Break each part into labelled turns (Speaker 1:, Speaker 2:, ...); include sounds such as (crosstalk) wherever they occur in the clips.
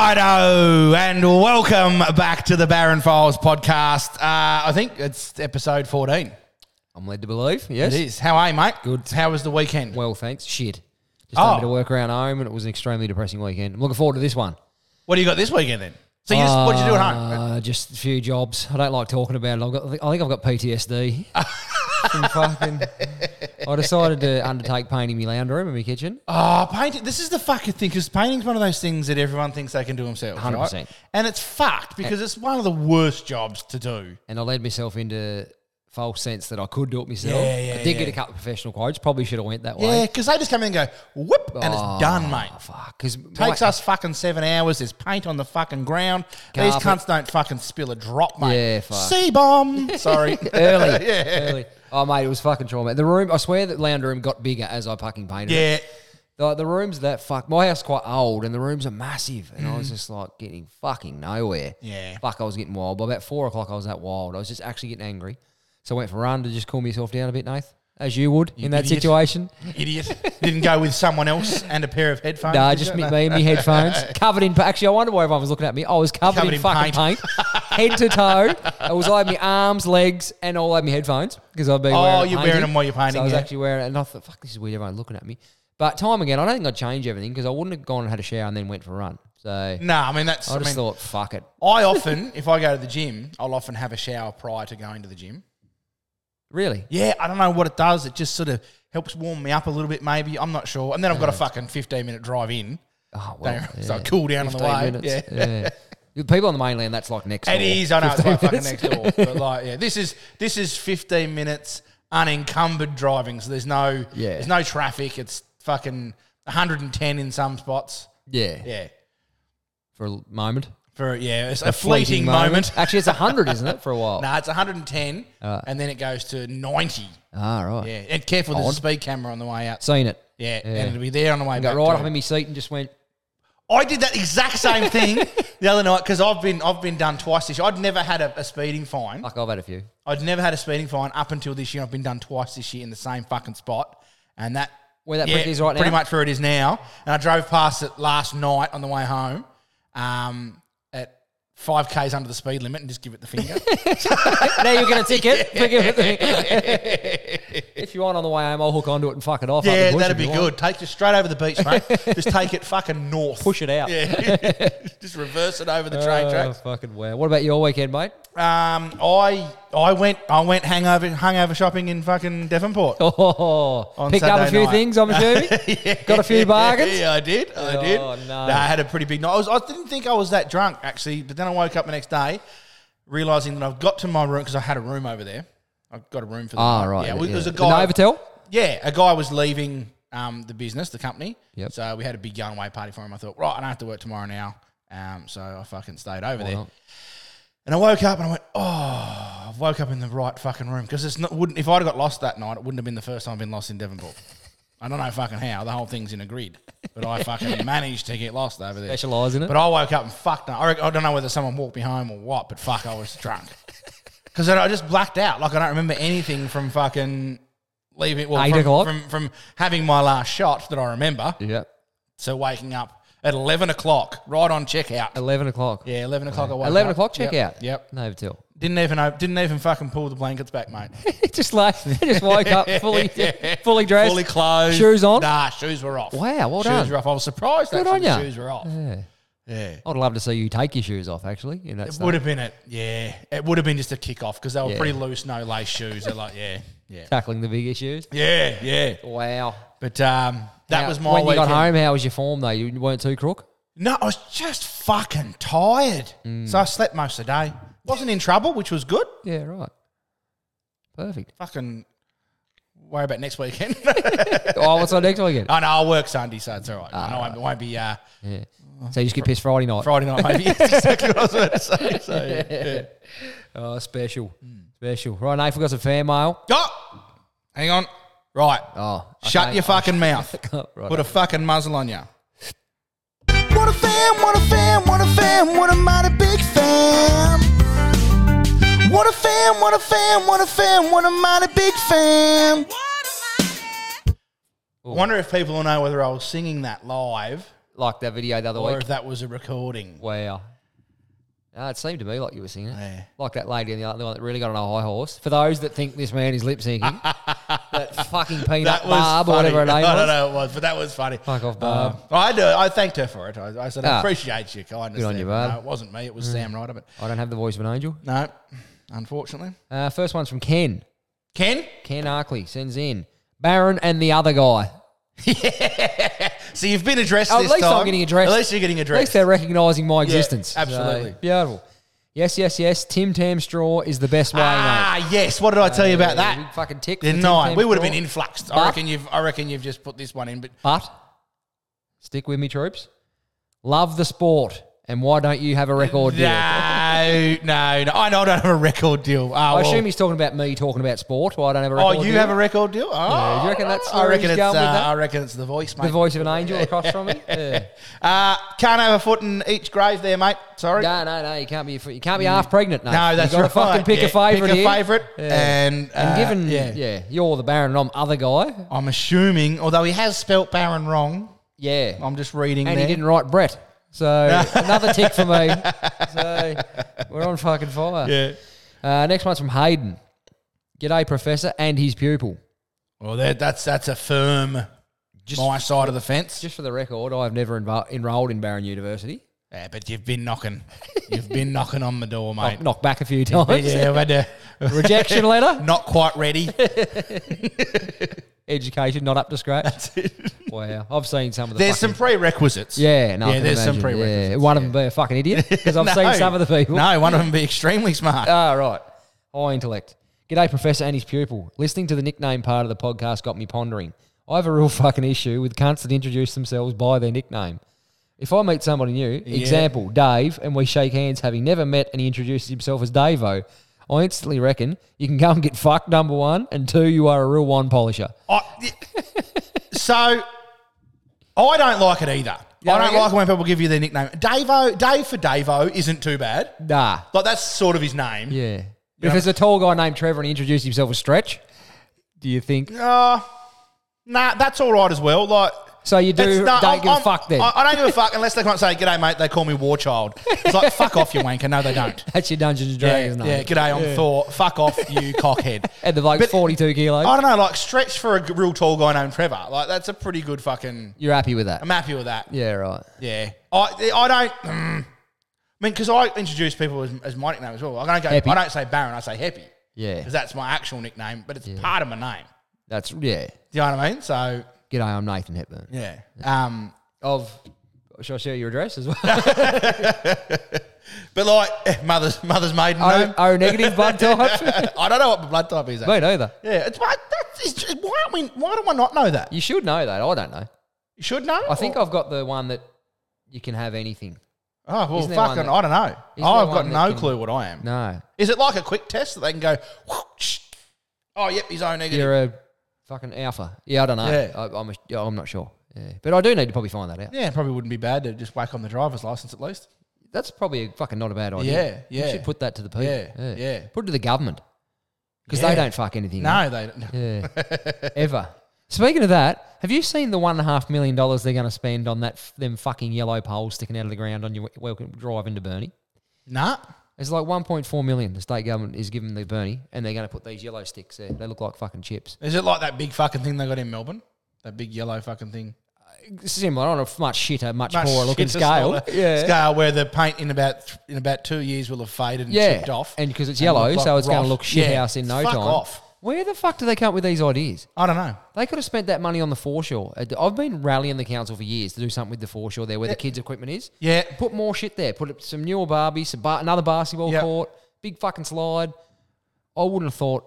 Speaker 1: Hello and welcome back to the Baron Files podcast. Uh, I think it's episode 14.
Speaker 2: I'm led to believe. Yes.
Speaker 1: It is. How are you, mate?
Speaker 2: Good.
Speaker 1: How was the weekend?
Speaker 2: Well, thanks. Shit. Just
Speaker 1: Oh.
Speaker 2: had a bit of work around home, and it was an extremely depressing weekend. I'm looking forward to this one.
Speaker 1: What do you got this weekend then? So, you just, what did you do at home?
Speaker 2: Uh, just a few jobs. I don't like talking about it. I've got, I think- I think I've got PTSD.
Speaker 1: (laughs)
Speaker 2: from fucking. I decided to undertake painting my lounge room in my kitchen.
Speaker 1: Oh, painting. This is the fucking thing because painting's one of those things that everyone thinks they can do themselves.
Speaker 2: 100%.
Speaker 1: Right? And it's fucked because it's one of the worst jobs to do.
Speaker 2: and I led myself into false sense that I could do it myself.
Speaker 1: Yeah, yeah,
Speaker 2: I did get
Speaker 1: yeah.
Speaker 2: a couple of professional quotes. Probably should have went that
Speaker 1: Yeah,
Speaker 2: way.
Speaker 1: because they just come in and go, whoop, and it's done, mate.
Speaker 2: Oh, fuck. Because
Speaker 1: Takes us fucking seven hours. There's paint on the fucking ground. These
Speaker 2: Carpet.
Speaker 1: cunts don't fucking spill a drop,
Speaker 2: Yeah,
Speaker 1: mate.
Speaker 2: fuck.
Speaker 1: Sea bomb.
Speaker 2: (laughs)
Speaker 1: Sorry.
Speaker 2: (laughs) early.
Speaker 1: (laughs) yeah.
Speaker 2: early. Oh mate, it was fucking trauma. The room, I swear, the lounge room got bigger as I fucking painted. it.
Speaker 1: Yeah.
Speaker 2: The, the rooms that fuck. My house quite old, and the rooms are massive, and I was just like getting fucking nowhere.
Speaker 1: Mm. Yeah.
Speaker 2: Fuck, I was getting wild. By about four o'clock, I was that wild. I was just actually getting angry, so I went for a run to just cool myself down a bit, Nath, as you would in that
Speaker 1: idiot.
Speaker 2: situation.
Speaker 1: Idiot. Didn't go with someone else and a pair of headphones.
Speaker 2: Nah,
Speaker 1: did
Speaker 2: just
Speaker 1: you?
Speaker 2: me, me and my
Speaker 1: (laughs)
Speaker 2: headphones covered in. Actually, I wonder why everyone was looking at me. I was covered,
Speaker 1: Covered
Speaker 2: in,
Speaker 1: in
Speaker 2: fucking paint, head to toe. It was like my arms, legs, and all over my headphones because I've been.
Speaker 1: Oh,
Speaker 2: wearing it
Speaker 1: you're wearing
Speaker 2: painting.
Speaker 1: 'em while you're painting,
Speaker 2: So I was
Speaker 1: yeah.
Speaker 2: actually wearing it, and I thought, "Fuck, this is weird." Everyone looking at me. But time again, I don't think I'd change everything because I wouldn't have gone and had a shower and then went for a run. So
Speaker 1: Nah, I mean, that's. Mm,
Speaker 2: I
Speaker 1: I,
Speaker 2: just
Speaker 1: mean,
Speaker 2: thought, "Fuck it."
Speaker 1: I often, if I go to the gym, I'll often have a shower prior to going to the gym.
Speaker 2: Really?
Speaker 1: Yeah, I don't know what it does. It just sort of helps warm me up a little bit, maybe. I'm not sure. And then I've got a fucking 15 minute drive in.
Speaker 2: Oh
Speaker 1: Don't-
Speaker 2: well.
Speaker 1: (laughs) So I
Speaker 2: yeah.
Speaker 1: cool down on the
Speaker 2: 15
Speaker 1: way. Yeah.
Speaker 2: minutes. Yeah. The People on the mainland, that's like next.
Speaker 1: It
Speaker 2: door.
Speaker 1: is. I know it's like
Speaker 2: 15
Speaker 1: fucking next door, but like, yeah, this is this is fifteen minutes unencumbered driving. So there's no
Speaker 2: Yeah.
Speaker 1: there's no traffic. It's fucking 110 in some spots.
Speaker 2: Yeah.
Speaker 1: Yeah,
Speaker 2: For a moment.
Speaker 1: for yeah, it's a, fleeting, moment.
Speaker 2: Actually, it's hundred, isn't it? For
Speaker 1: (laughs)
Speaker 2: a while.
Speaker 1: No, it's 110, and then it goes to 90.
Speaker 2: Ah, right.
Speaker 1: Yeah, and careful, there's
Speaker 2: Odd.
Speaker 1: a speed camera on the way out.
Speaker 2: Seen it.
Speaker 1: Yeah, and it'll be there on the way
Speaker 2: I
Speaker 1: back.
Speaker 2: got right
Speaker 1: too.
Speaker 2: up in my seat and just went,
Speaker 1: I did that exact same
Speaker 2: (laughs)
Speaker 1: thing the other night because I've been I've been done twice this year. I'd never had a, a speeding fine.
Speaker 2: fuck, I've had a few.
Speaker 1: I'd never had a speeding fine up until this year. I've been done twice this year in the same fucking spot, and that
Speaker 2: Where that brick is right
Speaker 1: pretty
Speaker 2: now? (laughs)
Speaker 1: much where it is now. And I drove past it last night on the way home, um, at five k's under the speed limit, and just give it the finger.
Speaker 2: now you're going to
Speaker 1: (laughs)
Speaker 2: ticket. if you want on the way home, I'll hook onto it and fuck it off. up the
Speaker 1: yeah,
Speaker 2: bush
Speaker 1: that'd
Speaker 2: if you
Speaker 1: be
Speaker 2: want.
Speaker 1: good. Take you straight over the beach,
Speaker 2: (laughs)
Speaker 1: mate. just take it fucking north.
Speaker 2: Push it out.
Speaker 1: (laughs) Yeah, (laughs) just reverse it over the train
Speaker 2: Oh,
Speaker 1: tracks.
Speaker 2: fucking wow. What about your weekend, mate?
Speaker 1: Um, I I went I went hangover hangover shopping in fucking Devonport.
Speaker 2: Oh,
Speaker 1: On
Speaker 2: picked up
Speaker 1: Saturday
Speaker 2: a few
Speaker 1: night.
Speaker 2: things, I'm assuming.
Speaker 1: (laughs)
Speaker 2: Got a few bargains.
Speaker 1: Yeah, I did. I did.
Speaker 2: Oh, no.
Speaker 1: Nah, I had a pretty big night. I, was, I didn't think I was that drunk actually, but then I woke up the next day, realizing that I've got to my room because I had a room over there. I've got a room for the
Speaker 2: Ah,
Speaker 1: night.
Speaker 2: right.
Speaker 1: Yeah, it was a
Speaker 2: The
Speaker 1: guy.
Speaker 2: Novotel?
Speaker 1: Yeah, a guy was leaving um, the business, the company.
Speaker 2: Yep.
Speaker 1: So we had a big going away party for him. I thought, right, I don't have to work tomorrow now. Um, so I fucking stayed over there.
Speaker 2: not?
Speaker 1: And I woke up and I went, oh, I woke up in the right fucking room because it's not wouldn't if I'd have got lost that night, it wouldn't have been the first time I've been lost in Devonport. I don't know fucking how the whole thing's in a grid, but I fucking
Speaker 2: (laughs)
Speaker 1: managed to get lost over there.
Speaker 2: Specialise in it.
Speaker 1: But I woke up and fucked. I, reckon- I don't know whether someone walked me home or what, but fuck, I was drunk because I just blacked out. Like I don't remember anything from fucking leaving. Well,
Speaker 2: Eight
Speaker 1: from,
Speaker 2: o'clock?
Speaker 1: from from having my last shot that I remember.
Speaker 2: yeah.
Speaker 1: So waking up at eleven o'clock, right on checkout.
Speaker 2: 11 o'clock.
Speaker 1: Yeah, eleven o'clock. I woke
Speaker 2: 11
Speaker 1: up.
Speaker 2: o'clock,
Speaker 1: Yep,
Speaker 2: check out.
Speaker 1: Yep.
Speaker 2: Novotel.
Speaker 1: Didn't even op- didn't even fucking pull the blankets back, mate.
Speaker 2: (laughs) just like, (laughs) just woke
Speaker 1: (laughs)
Speaker 2: up fully, fully dressed.
Speaker 1: Fully closed.
Speaker 2: Shoes on.
Speaker 1: Nah, shoes were off.
Speaker 2: Wow, well
Speaker 1: shoes
Speaker 2: done.
Speaker 1: were off. I was surprised
Speaker 2: Good
Speaker 1: actually
Speaker 2: on
Speaker 1: the
Speaker 2: ya.
Speaker 1: shoes were off.
Speaker 2: Yeah.
Speaker 1: Yeah.
Speaker 2: I'd love to see you take your shoes off, actually. In that
Speaker 1: It
Speaker 2: state.
Speaker 1: would have been it. Yeah. It would have been just a kick off because they were
Speaker 2: Yeah.
Speaker 1: pretty loose, no lace shoes. They're like,
Speaker 2: (laughs)
Speaker 1: yeah. Yeah.
Speaker 2: tackling the big issues.
Speaker 1: Yeah, yeah.
Speaker 2: Wow.
Speaker 1: But um, that
Speaker 2: Now,
Speaker 1: was my
Speaker 2: When you
Speaker 1: weekend.
Speaker 2: got home, how was your form though? You weren't too crook.
Speaker 1: No, I was just fucking tired.
Speaker 2: Mm.
Speaker 1: So I slept most of the day. Wasn't in trouble, which was good.
Speaker 2: Yeah, right. Perfect. (laughs)
Speaker 1: Fucking worry about next weekend. (laughs)
Speaker 2: oh, what's our next weekend?
Speaker 1: I know I'll work Sunday, so it's all right. I know
Speaker 2: Ah.
Speaker 1: I won't be uh,
Speaker 2: Yeah. So you just get pissed Friday night.
Speaker 1: Friday night, maybe. (laughs) That's exactly what I was about to say. So,
Speaker 2: (laughs)
Speaker 1: yeah.
Speaker 2: Oh, special, special. Right, Nate, we got some fan mail.
Speaker 1: Oh, hang on. Right.
Speaker 2: Oh,
Speaker 1: Shut
Speaker 2: okay.
Speaker 1: your fucking mouth.
Speaker 2: (laughs) right.
Speaker 1: Put a fucking muzzle on you.
Speaker 3: What a fam, what a fam, what a fam, what a mighty big fam. What a fam, what a fam, what a fam, what a mighty big fam.
Speaker 1: I wonder if people will know whether I was singing that live
Speaker 2: like that video the other
Speaker 1: Or
Speaker 2: week.
Speaker 1: if that was a recording.
Speaker 2: Wow. Ah, it seemed to me like you were singing it.
Speaker 1: Yeah.
Speaker 2: Like that lady and the other one that really got on a high horse. For those that think this man is lip (laughs) syncing, that fucking peanut
Speaker 1: That was
Speaker 2: barb or
Speaker 1: funny. (laughs)
Speaker 2: whatever her name
Speaker 1: I
Speaker 2: was.
Speaker 1: don't know what it was, but that was funny.
Speaker 2: Fuck off, Barb.
Speaker 1: Uh, I do. I thanked her for it. I, I said I
Speaker 2: Ah.
Speaker 1: appreciate your kindness.
Speaker 2: Good on
Speaker 1: there,
Speaker 2: you,
Speaker 1: but
Speaker 2: Barb. Mm.
Speaker 1: No, it wasn't me. It was Sam Ryder. But
Speaker 2: I don't have the voice of an angel.
Speaker 1: no, unfortunately,
Speaker 2: Uh, first one's from Ken.
Speaker 1: Ken.
Speaker 2: Ken Arkley sends in Baron and the other guy.
Speaker 1: (laughs) So you've been addressed.
Speaker 2: Oh, at
Speaker 1: this
Speaker 2: least
Speaker 1: time.
Speaker 2: I'm getting addressed.
Speaker 1: At least you're getting
Speaker 2: At least
Speaker 1: addressed.
Speaker 2: they're recognising my existence. So,
Speaker 1: absolutely.
Speaker 2: beautiful. Yes, yes, yes. Tim Tam Straw is the best way, mate.
Speaker 1: ah, yes. What did I tell you about
Speaker 2: Big
Speaker 1: that?
Speaker 2: fucking tick. for
Speaker 1: Didn't
Speaker 2: Tim
Speaker 1: I?
Speaker 2: Tam
Speaker 1: We would have
Speaker 2: Straw.
Speaker 1: been influxed.
Speaker 2: But-
Speaker 1: I reckon you've. I reckon you've just put this one in. But
Speaker 2: But stick with me, troops. Love the sport, and why don't you have a record deal?
Speaker 1: no, no, no. I know I don't have a record deal. Ah,
Speaker 2: I
Speaker 1: well.
Speaker 2: assume he's talking about me talking about sport. Why I don't have a record
Speaker 1: Oh,
Speaker 2: deal?
Speaker 1: you have a record deal? Oh,
Speaker 2: Yeah, do you reckon that's
Speaker 1: I
Speaker 2: where
Speaker 1: reckon
Speaker 2: he's
Speaker 1: it's.
Speaker 2: going with
Speaker 1: uh,
Speaker 2: that?
Speaker 1: I reckon it's the voice, mate.
Speaker 2: the voice of an angel across
Speaker 1: (laughs)
Speaker 2: from me. Yeah.
Speaker 1: Uh, can't have a foot in each grave, there, mate. Sorry.
Speaker 2: No, no, no. You can't be. You can't be half pregnant. No,
Speaker 1: No, that's
Speaker 2: you
Speaker 1: right.
Speaker 2: gotta Fucking pick
Speaker 1: Yeah,
Speaker 2: a favorite.
Speaker 1: Pick
Speaker 2: here.
Speaker 1: a favourite, and uh,
Speaker 2: And given,
Speaker 1: yeah.
Speaker 2: yeah. you're the Baron and I'm other guy.
Speaker 1: I'm assuming, although he has spelt Baron wrong.
Speaker 2: Yeah,
Speaker 1: I'm just reading
Speaker 2: and
Speaker 1: there.
Speaker 2: he didn't write Brett.
Speaker 1: (laughs)
Speaker 2: So another tick for me. So we're on fucking fire.
Speaker 1: Yeah.
Speaker 2: Uh, next one's from Hayden. G'day, Professor, and his pupil.
Speaker 1: Well, that, that's that's a firm my side of the fence.
Speaker 2: Just for the record, I've never envo- enrolled in Barron University.
Speaker 1: yeah, but you've been knocking, you've been knocking on the door, mate.
Speaker 2: I've knocked back a
Speaker 1: (laughs)
Speaker 2: few times.
Speaker 1: yeah, I've had to- (laughs)
Speaker 2: Rejection letter.
Speaker 1: not quite
Speaker 2: (laughs)
Speaker 1: ready.
Speaker 2: Education not up to scratch. Wow, I've seen some of the.
Speaker 1: There's
Speaker 2: fucking-
Speaker 1: some prerequisites.
Speaker 2: Yeah, no, I
Speaker 1: yeah.
Speaker 2: can
Speaker 1: There's some
Speaker 2: imagine.
Speaker 1: prerequisites.
Speaker 2: Yeah. One of them be a fucking idiot
Speaker 1: (laughs)
Speaker 2: because I've
Speaker 1: No.
Speaker 2: seen some of the people.
Speaker 1: No, one of them be extremely smart.
Speaker 2: Ah, right. High intellect. G'day, Professor and his pupil. Listening to the nickname part of the podcast got me pondering. I have a real (laughs) fucking issue with cunts that introduce themselves by their nickname. If I meet somebody new, example, Dave, and we shake hands having never met and he introduces himself as Davo, I instantly reckon you can go and get fucked, number one, and two, you are a real wine polisher.
Speaker 1: I, so I don't like it either. I don't
Speaker 2: reckon?
Speaker 1: like it when people give you their nickname. Davo, Dave for Davo isn't too bad.
Speaker 2: Nah.
Speaker 1: Like that's sort of his name.
Speaker 2: Yeah. If there's a tall guy named Trevor and he introduced himself as Stretch, do you think?
Speaker 1: Uh, nah, that's all right as well. Like.
Speaker 2: So you do,
Speaker 1: it's-
Speaker 2: don't
Speaker 1: I'm-
Speaker 2: give a
Speaker 1: I'm-
Speaker 2: fuck then.
Speaker 1: I, I don't give a fuck unless they come up and say, G'day, mate, they call me War Child. It's like, fuck off, you wanker. No, they
Speaker 2: (laughs)
Speaker 1: don't.
Speaker 2: That's your Dungeons and
Speaker 1: Yeah,
Speaker 2: Dragons
Speaker 1: yeah,
Speaker 2: name.
Speaker 1: g'day, I'm Thor. Fuck off,
Speaker 2: (laughs)
Speaker 1: you cockhead.
Speaker 2: And they're like
Speaker 1: But-
Speaker 2: 42 kilos.
Speaker 1: I don't know, like, stretch for a g- real tall guy named Trevor. Like, that's a pretty good fucking.
Speaker 2: You're happy with that?
Speaker 1: I'm happy with that.
Speaker 2: Yeah, right.
Speaker 1: Yeah. I I don't. (clears throat) Mm, I mean, because I introduce people as, as my nickname as well. I don't go.
Speaker 2: Happy.
Speaker 1: I don't say Baron. I say Happy.
Speaker 2: Yeah,
Speaker 1: Because that's my actual nickname, but it's part of my name.
Speaker 2: that's yeah.
Speaker 1: Do you know what I mean? So
Speaker 2: G'day, I'm Nathan Hepburn.
Speaker 1: yeah. Um.
Speaker 2: Of should I share your address as well?
Speaker 1: But like eh, mother's mother's maiden
Speaker 2: o,
Speaker 1: name.
Speaker 2: o negative
Speaker 1: (laughs)
Speaker 2: blood type.
Speaker 1: I don't know what my blood type is.
Speaker 2: (laughs) Me
Speaker 1: Actually.
Speaker 2: neither.
Speaker 1: Yeah. It's why that's it's just, why don't we why do I not know that?
Speaker 2: (laughs) You should know that. I don't know.
Speaker 1: You should know.
Speaker 2: I think
Speaker 1: Or-
Speaker 2: I've got the one that you can have anything.
Speaker 1: Oh well,
Speaker 2: Isn't there one
Speaker 1: fucking,
Speaker 2: that-
Speaker 1: I don't know.
Speaker 2: there
Speaker 1: I've got
Speaker 2: one that
Speaker 1: no
Speaker 2: can-
Speaker 1: clue what I am.
Speaker 2: No,
Speaker 1: Is it like a quick test that they can go? (laughs) "Whoosh." Oh, yep, he's O negative.
Speaker 2: you're a fucking alpha. Yeah, I don't know.
Speaker 1: Yeah.
Speaker 2: I, I'm. A, yeah, I'm not sure. Yeah, but I do need to probably find that out.
Speaker 1: Yeah, probably wouldn't be bad to just whack on the driver's license at least.
Speaker 2: That's probably a fucking not a bad idea.
Speaker 1: Yeah, yeah.
Speaker 2: You should put that to the people.
Speaker 1: Yeah, yeah.
Speaker 2: Put it to the government because
Speaker 1: Yeah.
Speaker 2: they don't fuck anything. up.
Speaker 1: No, they don't.
Speaker 2: Yeah. Ever. Speaking of that, have you seen the one and a half million dollars they're going to spend on that f- them fucking yellow pole sticking out of the ground on your w- welcome drive into Burnie?
Speaker 1: Nah.
Speaker 2: It's like 1.4 million. The state government is giving the Burnie, and they're going to put these yellow sticks there. They look like fucking chips.
Speaker 1: Is it like that big fucking thing they got in Melbourne? That big yellow fucking thing.
Speaker 2: Similar on a f- much shitter, much,
Speaker 1: Much
Speaker 2: poorer looking
Speaker 1: shitter
Speaker 2: (laughs) scale.
Speaker 1: smaller Scale where the paint in about th- in about two years will have faded and
Speaker 2: yeah,
Speaker 1: chipped off.
Speaker 2: and because it's yellow,
Speaker 1: look like
Speaker 2: so it's going
Speaker 1: rough.
Speaker 2: to look shit
Speaker 1: Yeah.
Speaker 2: house in no
Speaker 1: Fuck
Speaker 2: time.
Speaker 1: off.
Speaker 2: Where the fuck do they come up with these ideas?
Speaker 1: I don't know.
Speaker 2: They could have spent that money on the foreshore. Uh, I've been rallying the council for years to do something with the foreshore there, where the kids' equipment is.
Speaker 1: Yeah.
Speaker 2: Put more shit there. Put up some newer Barbies, some bar- another basketball
Speaker 1: Yep.
Speaker 2: court, big fucking slide. I wouldn't have thought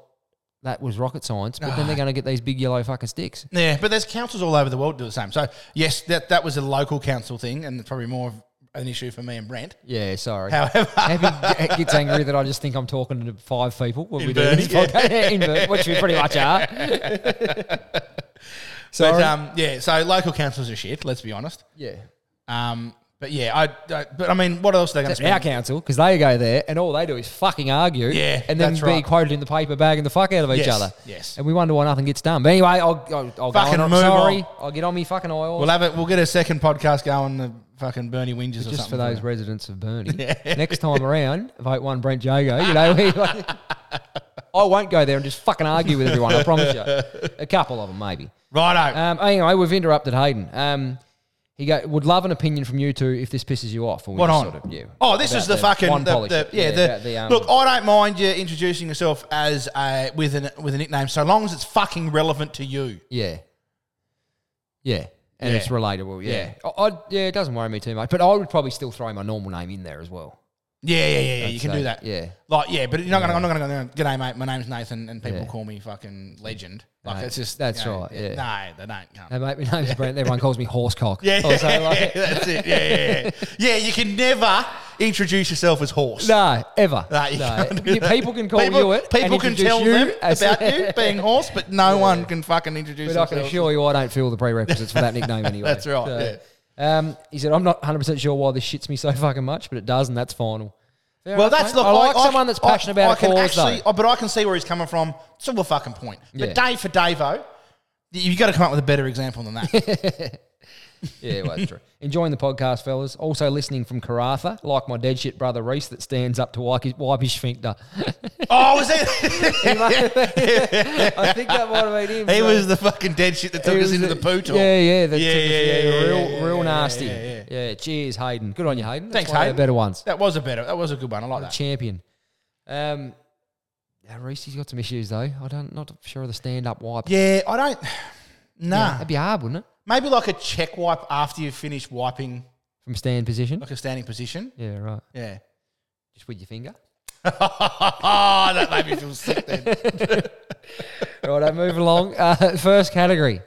Speaker 2: that was rocket science, but then they're going to get these big yellow fucking sticks.
Speaker 1: Yeah, but there's councils all over the world do the same. So yes, that that was a local council thing, and it's probably more of an issue for me and Brent.
Speaker 2: Yeah, sorry. (laughs)
Speaker 1: However,
Speaker 2: Happy g- gets angry that I just think I'm talking to five people when we do
Speaker 1: Burnie,
Speaker 2: this podcast, (laughs) in Burnie, which we pretty much (laughs) are.
Speaker 1: but
Speaker 2: sorry. um,
Speaker 1: um, yeah, so local councils are shit. Let's be honest.
Speaker 2: yeah.
Speaker 1: Um, But yeah, I, I. But I mean, what else are they going to
Speaker 2: That's our
Speaker 1: spend?
Speaker 2: council because they go there and all they do is fucking argue
Speaker 1: Yeah,
Speaker 2: and then
Speaker 1: that's
Speaker 2: be
Speaker 1: right.
Speaker 2: quoted in the paper bagging the fuck out of each
Speaker 1: Yes,
Speaker 2: other.
Speaker 1: yes.
Speaker 2: And we wonder why nothing gets done. But anyway, I'll, I'll, I'll
Speaker 1: Fucking
Speaker 2: go on. I'm
Speaker 1: move
Speaker 2: sorry.
Speaker 1: on.
Speaker 2: I'll get on me fucking oil.
Speaker 1: We'll have it. We'll get a second podcast going. The fucking Bernie Wingers or
Speaker 2: just for
Speaker 1: something.
Speaker 2: those residents
Speaker 1: (laughs)
Speaker 2: of Burnie. Next time around, vote one Brent Jago. You know, we, (laughs) I won't go there and just fucking argue with everyone. I promise you. A couple of them, maybe.
Speaker 1: Righto.
Speaker 2: Um, anyway, we've interrupted Hayden. Um, he go, would love an opinion from you two if this pisses you off. Or we
Speaker 1: What
Speaker 2: just
Speaker 1: on?
Speaker 2: Sort of, yeah.
Speaker 1: Oh, this
Speaker 2: About
Speaker 1: is the,
Speaker 2: the
Speaker 1: fucking
Speaker 2: wine
Speaker 1: the,
Speaker 2: polish
Speaker 1: the,
Speaker 2: it.
Speaker 1: yeah.
Speaker 2: Yeah,
Speaker 1: the,
Speaker 2: about the, um,
Speaker 1: look, I don't mind you introducing yourself as a with an with a nickname, so long as it's fucking relevant to you.
Speaker 2: Yeah. Yeah. And
Speaker 1: Yeah.
Speaker 2: it's relatable. Yeah. I, I, yeah, it doesn't worry me too much. But I would probably still throw my normal name in there as well.
Speaker 1: Yeah, yeah, yeah. yeah you can
Speaker 2: so,
Speaker 1: do that.
Speaker 2: yeah.
Speaker 1: Like, yeah, but you're not gonna. I'm not gonna go. there and, G'day, mate. My name's Nathan, and people
Speaker 2: Yeah.
Speaker 1: call me fucking legend. Like,
Speaker 2: No,
Speaker 1: it's just
Speaker 2: that's
Speaker 1: you know,
Speaker 2: right, yeah.
Speaker 1: No, they don't. Come.
Speaker 2: Hey, mate, my name's Brent. Everyone calls me Horsecock.
Speaker 1: (laughs) Yeah,
Speaker 2: Also, like-
Speaker 1: that's it. Yeah, yeah, yeah. yeah, you can never introduce yourself as horse.
Speaker 2: No, ever.
Speaker 1: No, you
Speaker 2: No.
Speaker 1: can't do
Speaker 2: You-
Speaker 1: that.
Speaker 2: People can call
Speaker 1: People-
Speaker 2: you it.
Speaker 1: People
Speaker 2: and
Speaker 1: can
Speaker 2: introduce
Speaker 1: tell
Speaker 2: you
Speaker 1: them
Speaker 2: as- (laughs)
Speaker 1: about you being horse, but no one can fucking introduce
Speaker 2: But I can
Speaker 1: themselves.
Speaker 2: assure you, I don't feel the prerequisites for that nickname
Speaker 1: (laughs)
Speaker 2: anyway.
Speaker 1: That's right, yeah.
Speaker 2: Um, he said, "I'm not 100 percent sure why this shits me so fucking much, but it does, and that's final." Fair
Speaker 1: Well,
Speaker 2: enough,
Speaker 1: that's
Speaker 2: mate.
Speaker 1: look,
Speaker 2: I like someone that's passionate
Speaker 1: I
Speaker 2: about a
Speaker 1: can
Speaker 2: cause,
Speaker 1: actually,
Speaker 2: though.
Speaker 1: oh, but I can see where he's coming from. It's all a fucking point. But
Speaker 2: Yeah.
Speaker 1: day for Davo, you've got to come up with a better example than
Speaker 2: (laughs)
Speaker 1: that.
Speaker 2: Yeah, well, that's true. (laughs) Enjoying the podcast, fellas. Also listening from Karatha, like my dead shit brother Reese that stands up to wipe his, wipe his (laughs) sphincter.
Speaker 1: oh, was it?
Speaker 2: He might have been- I think that might have been him.
Speaker 1: he
Speaker 2: so-
Speaker 1: was the fucking dead shit that
Speaker 2: he
Speaker 1: took us
Speaker 2: was
Speaker 1: into
Speaker 2: a-
Speaker 1: the poo talk.
Speaker 2: Yeah, yeah, that
Speaker 1: Yeah,
Speaker 2: took us-
Speaker 1: yeah, yeah, yeah,
Speaker 2: real,
Speaker 1: yeah,
Speaker 2: real
Speaker 1: yeah,
Speaker 2: nasty.
Speaker 1: yeah, yeah.
Speaker 2: cheers, Hayden. Good on you, Hayden. That's
Speaker 1: Thanks,
Speaker 2: one of the
Speaker 1: Hayden.
Speaker 2: Better ones.
Speaker 1: That was a better. That was a good one. I like that.
Speaker 2: champion. Um, yeah, Reese, he's got some issues though. I don't, not sure of the stand-up wipe.
Speaker 1: Yeah, I don't. Nah,
Speaker 2: that'd be hard, wouldn't it?
Speaker 1: maybe like a check wipe after you finish wiping,
Speaker 2: From stand position.
Speaker 1: like a standing position.
Speaker 2: Yeah, right.
Speaker 1: Yeah.
Speaker 2: Just with your finger.
Speaker 1: oh, (laughs) that made me feel sick then.
Speaker 2: (laughs) right, I move along. Uh, (laughs) first category.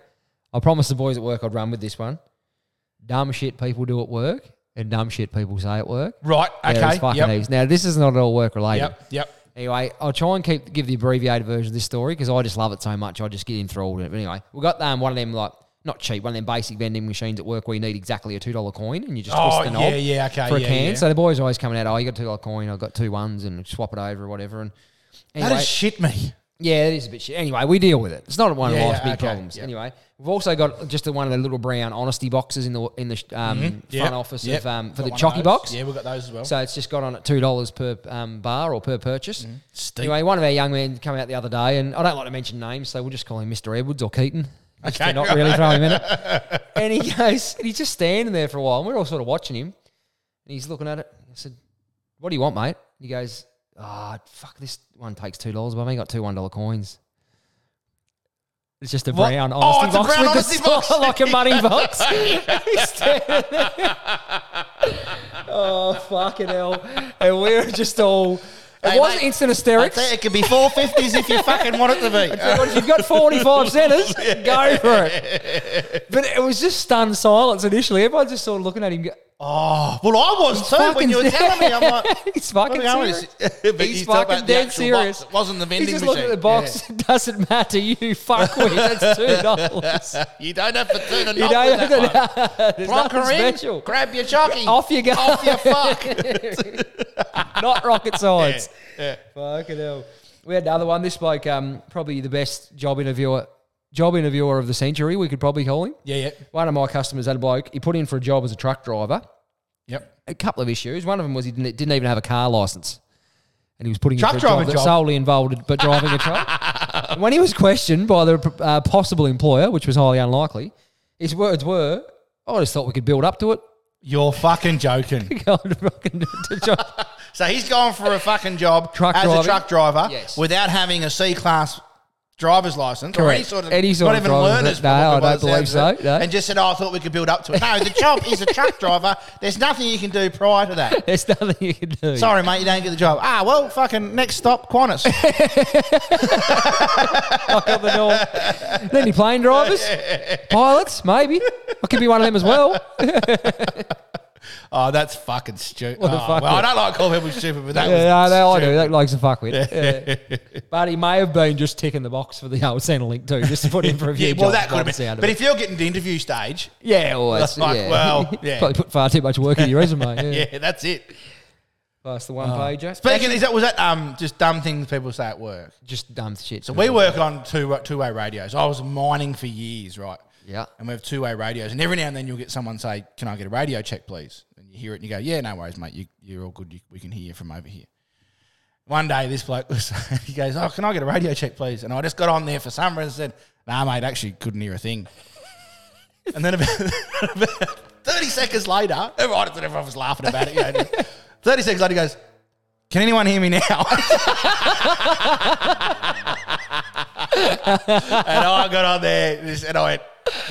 Speaker 2: I promised the boys at work I'd run with this one. Dumb shit people do at work, and dumb shit people say at work.
Speaker 1: Right.
Speaker 2: There is
Speaker 1: Okay.
Speaker 2: fucking
Speaker 1: Yep.
Speaker 2: heaps. Now this is not at all work related.
Speaker 1: Yep. Yep.
Speaker 2: Anyway, I'll try and keep give the abbreviated version of this story because I just love it so much. I just get enthralled in it. But anyway, we got um, one of them like not cheap, one of them basic vending machines at work where you need exactly a two dollar coin and you just twist
Speaker 1: Oh,
Speaker 2: the
Speaker 1: yeah,
Speaker 2: knob
Speaker 1: yeah, okay,
Speaker 2: for a
Speaker 1: yeah,
Speaker 2: can.
Speaker 1: yeah.
Speaker 2: So the boys are always coming out. Oh, you got a two dollar coin. I got two ones and swap it over or whatever. And anyway,
Speaker 1: That has shit me.
Speaker 2: yeah, it is a bit shit. Anyway, we deal with it. It's not one of
Speaker 1: Yeah,
Speaker 2: life's
Speaker 1: yeah,
Speaker 2: big
Speaker 1: okay,
Speaker 2: problems.
Speaker 1: yeah.
Speaker 2: Anyway, we've also got just the one of the little brown honesty boxes in the in the um, front
Speaker 1: Mm-hmm. Yep,
Speaker 2: office
Speaker 1: yep.
Speaker 2: of, um, for
Speaker 1: Got
Speaker 2: the
Speaker 1: one of
Speaker 2: chockey
Speaker 1: those.
Speaker 2: box.
Speaker 1: Yeah, we've got those as well.
Speaker 2: So it's just got on at two dollars per um, bar or per purchase.
Speaker 1: Mm-hmm. Steep.
Speaker 2: Anyway, one of our young men come out the other day, and I don't like to mention names, so we'll just call him Mr. Edwards or Keaton. Just to
Speaker 1: Okay.
Speaker 2: not really throw him in it.
Speaker 1: (laughs)
Speaker 2: And he goes, and he's just standing there for a while, and we're all sort of watching him. And he's looking at it. I said, "What do you want, mate?" And he goes, "Ah, fuck, this one takes two dollars, but I only got two one dollar coins." It's just a
Speaker 1: What?
Speaker 2: brown
Speaker 1: Oh,
Speaker 2: honesty
Speaker 1: it's a
Speaker 2: box
Speaker 1: brown
Speaker 2: with
Speaker 1: honesty
Speaker 2: the
Speaker 1: box.
Speaker 2: star like a
Speaker 1: (laughs)
Speaker 2: money box. (laughs) He's standing there. (laughs) Oh fucking hell! And we're just all. It
Speaker 1: Hey,
Speaker 2: wasn't
Speaker 1: mate,
Speaker 2: instant
Speaker 1: I'd
Speaker 2: hysterics.
Speaker 1: say it could be four fifties if you fucking want it to
Speaker 2: (laughs)
Speaker 1: be.
Speaker 2: Well, if you've
Speaker 1: uh,
Speaker 2: got
Speaker 1: (laughs)
Speaker 2: 45 centres, go for it. But it was just stunned silence initially. Everyone just sort of looking at him. go- (laughs)
Speaker 1: oh, well, I was too when you were telling me. I'm like,
Speaker 2: he's
Speaker 1: what are
Speaker 2: fucking
Speaker 1: we going
Speaker 2: serious.
Speaker 1: with this? (laughs) But
Speaker 2: He's
Speaker 1: you talk about
Speaker 2: fucking
Speaker 1: the actual
Speaker 2: dead
Speaker 1: box.
Speaker 2: serious.
Speaker 1: It wasn't the vending
Speaker 2: He just
Speaker 1: machine.
Speaker 2: looked at the box. It doesn't
Speaker 1: (laughs)
Speaker 2: matter. You fuck with. That's two dollars.
Speaker 1: Yeah. You don't have to turn a knob
Speaker 2: don't
Speaker 1: with
Speaker 2: have
Speaker 1: that one.
Speaker 2: (laughs) There's
Speaker 1: Plonk
Speaker 2: nothing
Speaker 1: her in,
Speaker 2: special.
Speaker 1: grab your jockey.
Speaker 2: Off you go.
Speaker 1: Off your
Speaker 2: (laughs)
Speaker 1: fuck.
Speaker 2: Not rocket science.
Speaker 1: Yeah.
Speaker 2: Fucking hell. We had another one. This bloke, um, probably the best job interviewer, job interviewer of the century. We could probably call him.
Speaker 1: Yeah, yeah.
Speaker 2: One of my customers had a bloke. He put in for a job as a truck driver.
Speaker 1: Yep.
Speaker 2: a couple of issues. One of them was he didn't, didn't even have a car license, and he was putting in
Speaker 1: Truck
Speaker 2: for a
Speaker 1: driver
Speaker 2: job that
Speaker 1: job.
Speaker 2: solely involved but driving a truck.
Speaker 1: (laughs)
Speaker 2: And when he was questioned by the uh, possible employer, which was highly unlikely, his words were, "I just thought we could build up to it." (laughs)
Speaker 1: You're fucking joking.
Speaker 2: Go on, fucking (laughs) do the job.
Speaker 1: So he's gone for a fucking job
Speaker 2: (laughs) Truck
Speaker 1: as
Speaker 2: driving.
Speaker 1: a truck driver
Speaker 2: Yes.
Speaker 1: without having a C class driver's license or any
Speaker 2: Correct.
Speaker 1: sort of
Speaker 2: Any sort
Speaker 1: not
Speaker 2: of
Speaker 1: even
Speaker 2: driving
Speaker 1: learners.
Speaker 2: license. No,
Speaker 1: probably
Speaker 2: I
Speaker 1: by
Speaker 2: don't
Speaker 1: the
Speaker 2: believe
Speaker 1: sounds of it.
Speaker 2: so, no.
Speaker 1: And just said, "Oh, I thought we could build up to it." No, the job is a truck driver. There's nothing you can do prior to
Speaker 2: (laughs)
Speaker 1: that.
Speaker 2: There's nothing you can do.
Speaker 1: Sorry, mate, you don't get the job. Ah, well, fucking next stop, Qantas.
Speaker 2: Knock on the door.
Speaker 1: (laughs)
Speaker 2: Any plane drivers, pilots, maybe. I could be one of them as well.
Speaker 1: Oh, that's fucking stupid.
Speaker 2: What the
Speaker 1: Oh,
Speaker 2: fuck
Speaker 1: well, I
Speaker 2: was-
Speaker 1: don't like calling people stupid, but that
Speaker 2: yeah, no,
Speaker 1: was
Speaker 2: no, I do.
Speaker 1: stupid.
Speaker 2: That likes a fuckwit. Yeah. but he may have been just ticking the box for the old Santa Link too, just to put him for a few
Speaker 1: (laughs) Yeah, well,
Speaker 2: jobs
Speaker 1: that could
Speaker 2: by the
Speaker 1: have been.
Speaker 2: sound of
Speaker 1: But
Speaker 2: it.
Speaker 1: if you're getting to the interview stage,
Speaker 2: yeah, always.
Speaker 1: That's like,
Speaker 2: yeah.
Speaker 1: well, yeah.
Speaker 2: (laughs) Probably put far too much work in your resume. Yeah.
Speaker 1: (laughs) yeah, that's it.
Speaker 2: Pass the one pager.
Speaker 1: Speaking, is that was that um just dumb things people say at work?
Speaker 2: just dumb shit.
Speaker 1: So we work on two two way radios. I was mining for years, right?
Speaker 2: Yeah.
Speaker 1: And we have two way radios, and every now and then you'll get someone say, "Can I get a radio check, please?" And you hear it, and you go, "Yeah, no worries, mate. You, you're all good. You, we can hear you from over here." One day, this bloke was, (laughs) he goes, "Oh, can I get a radio check, please?" And I just got on there for some reason and said, "Nah, mate, actually couldn't hear a thing." and then about, (laughs) about thirty seconds later, everyone, everyone was laughing about it. you know,
Speaker 2: (laughs)
Speaker 1: thirty seconds later, he goes, "Can anyone hear me now?" (laughs) And I got on there just- and I went,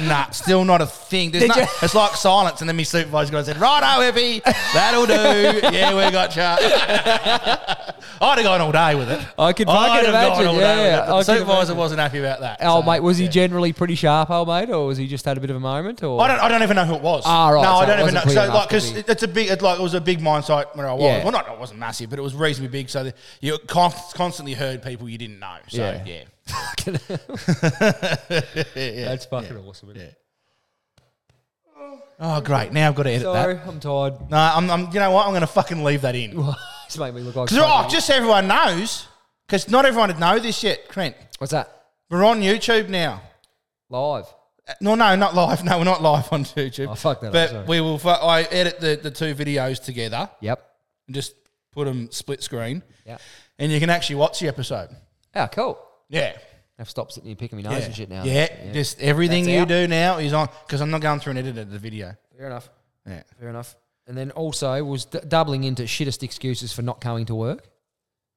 Speaker 1: nah, still not a thing. There's
Speaker 2: Did
Speaker 1: no,
Speaker 2: you-
Speaker 1: It's like silence. And then my supervisor got and said, righto, Eppy, that'll do. yeah, we gotcha. (laughs) I'd have gone all day with it.
Speaker 2: I could
Speaker 1: I'd
Speaker 2: fucking
Speaker 1: have
Speaker 2: imagine,
Speaker 1: gone all
Speaker 2: yeah,
Speaker 1: day with it. But
Speaker 2: I
Speaker 1: the
Speaker 2: could
Speaker 1: supervisor
Speaker 2: imagine.
Speaker 1: wasn't happy about that.
Speaker 2: Oh,
Speaker 1: so,
Speaker 2: mate, was he
Speaker 1: yeah.
Speaker 2: generally pretty sharp, old mate, or was he just had a bit of a moment? Or
Speaker 1: I don't, I don't even know who it was.
Speaker 2: Ah, right,
Speaker 1: No,
Speaker 2: so
Speaker 1: I
Speaker 2: it
Speaker 1: don't even
Speaker 2: wasn't
Speaker 1: know.
Speaker 2: clear
Speaker 1: So,
Speaker 2: enough
Speaker 1: like,
Speaker 2: to
Speaker 1: because
Speaker 2: be-
Speaker 1: it's a big, it, like, it was a big mine site where I was.
Speaker 2: Yeah.
Speaker 1: Well, not, it wasn't massive, but it was reasonably big. So that you con- constantly heard people you didn't know. So,
Speaker 2: Yeah.
Speaker 1: yeah.
Speaker 2: That's fucking awesome. Isn't it?
Speaker 1: Oh, great. Now I've got to edit
Speaker 2: Sorry,
Speaker 1: that.
Speaker 2: I'm tired. (laughs)
Speaker 1: No, I'm, I'm, you know what? I'm going to fucking leave that in.
Speaker 2: Just made me look like.
Speaker 1: So, oh,
Speaker 2: something.
Speaker 1: just so everyone knows, because not everyone would know this yet, Trent.
Speaker 2: What's that?
Speaker 1: We're on YouTube now.
Speaker 2: Live.
Speaker 1: Uh, No, no, not live. (laughs) No, we're not live on YouTube.
Speaker 2: Oh, fuck that up,
Speaker 1: But
Speaker 2: sorry.
Speaker 1: we will. Fu- I edit the, the two videos together
Speaker 2: Yep.
Speaker 1: and just put them split screen,
Speaker 2: Yeah.
Speaker 1: and you can actually watch the episode.
Speaker 2: Ah, cool.
Speaker 1: Yeah.
Speaker 2: I've stopped sitting here picking my nose
Speaker 1: Yeah.
Speaker 2: and shit now.
Speaker 1: yeah, just everything
Speaker 2: That's
Speaker 1: you
Speaker 2: out.
Speaker 1: do now is on because I'm not going through and editing the video.
Speaker 2: Fair enough.
Speaker 1: Yeah,
Speaker 2: Fair enough. And then also was d- doubling into shittest excuses for not coming to work.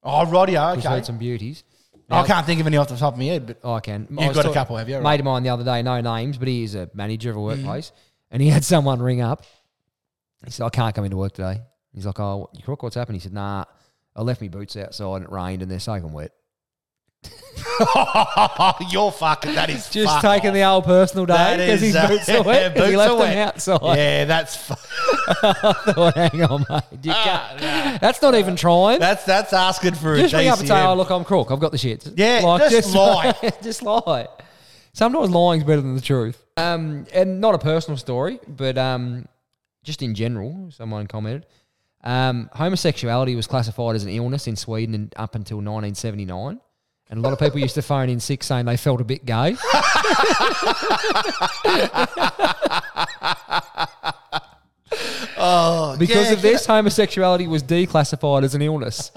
Speaker 1: oh, rightio,
Speaker 2: We've
Speaker 1: okay.
Speaker 2: heard some beauties.
Speaker 1: I can't think of any off the top of my head, but (laughs)
Speaker 2: Oh, I can. I
Speaker 1: You've
Speaker 2: was
Speaker 1: got a
Speaker 2: talking-
Speaker 1: couple, have you?
Speaker 2: Mate
Speaker 1: Right. Mm-hmm.
Speaker 2: of mine the other day, no names, but he is a manager of a workplace, and he had someone ring up. He said, "I can't come into work today." He's like, "Oh, what- you crook, what's happened?" He said, "Nah, I left my boots outside and it rained, and they're soaking wet."
Speaker 1: you're fucking. That is
Speaker 2: (laughs) Just
Speaker 1: fuck
Speaker 2: taking
Speaker 1: off.
Speaker 2: the old personal day
Speaker 1: That
Speaker 2: because his
Speaker 1: is, uh, (laughs)
Speaker 2: boots are wet. 'cause he
Speaker 1: boots
Speaker 2: left
Speaker 1: are
Speaker 2: them
Speaker 1: wet.
Speaker 2: outside. (laughs)
Speaker 1: Yeah, that's fu-
Speaker 2: Oh, hang on, mate. You
Speaker 1: Ah,
Speaker 2: can't- That's not even trying.
Speaker 1: that's that's asking for
Speaker 2: Ah, just
Speaker 1: a
Speaker 2: ring up and say,
Speaker 1: DCM.
Speaker 2: "Oh, look, I'm crook. I've got the shits."
Speaker 1: Yeah, just lie.
Speaker 2: (laughs) just lie. Sometimes lying's better than the truth. Um, and not a personal story, but um, just in general, someone commented. Um, homosexuality was classified as an illness in Sweden in, up until 1979, and a lot of people used to phone in sick saying they felt a
Speaker 1: (laughs)
Speaker 2: bit gay.
Speaker 1: Oh,
Speaker 2: Because
Speaker 1: yeah,
Speaker 2: of this, homosexuality was declassified as an illness.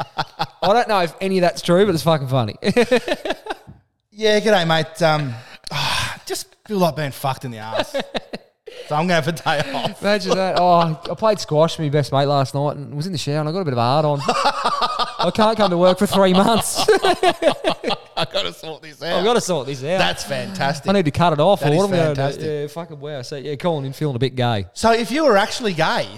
Speaker 2: I don't know if any of that's true, but it's fucking funny.
Speaker 1: Yeah, g'day, mate. Um, (sighs) ah, just feel like being fucked in the
Speaker 2: (laughs)
Speaker 1: ass. so I'm going to have a day off.
Speaker 2: Imagine that. Oh, I played squash with my best mate last night and was in the shower and I got a bit of a hard (laughs) on. I can't come to work for three months.
Speaker 1: I got to sort this
Speaker 2: (laughs) I've
Speaker 1: out.
Speaker 2: got to sort this out.
Speaker 1: that's
Speaker 2: I
Speaker 1: fantastic.
Speaker 2: need to cut it off.
Speaker 1: That
Speaker 2: or
Speaker 1: is
Speaker 2: what am I gonna do?
Speaker 1: fantastic.
Speaker 2: Yeah, fucking wow. So, yeah, Colin, you're feeling a bit gay.
Speaker 1: So if you were actually gay,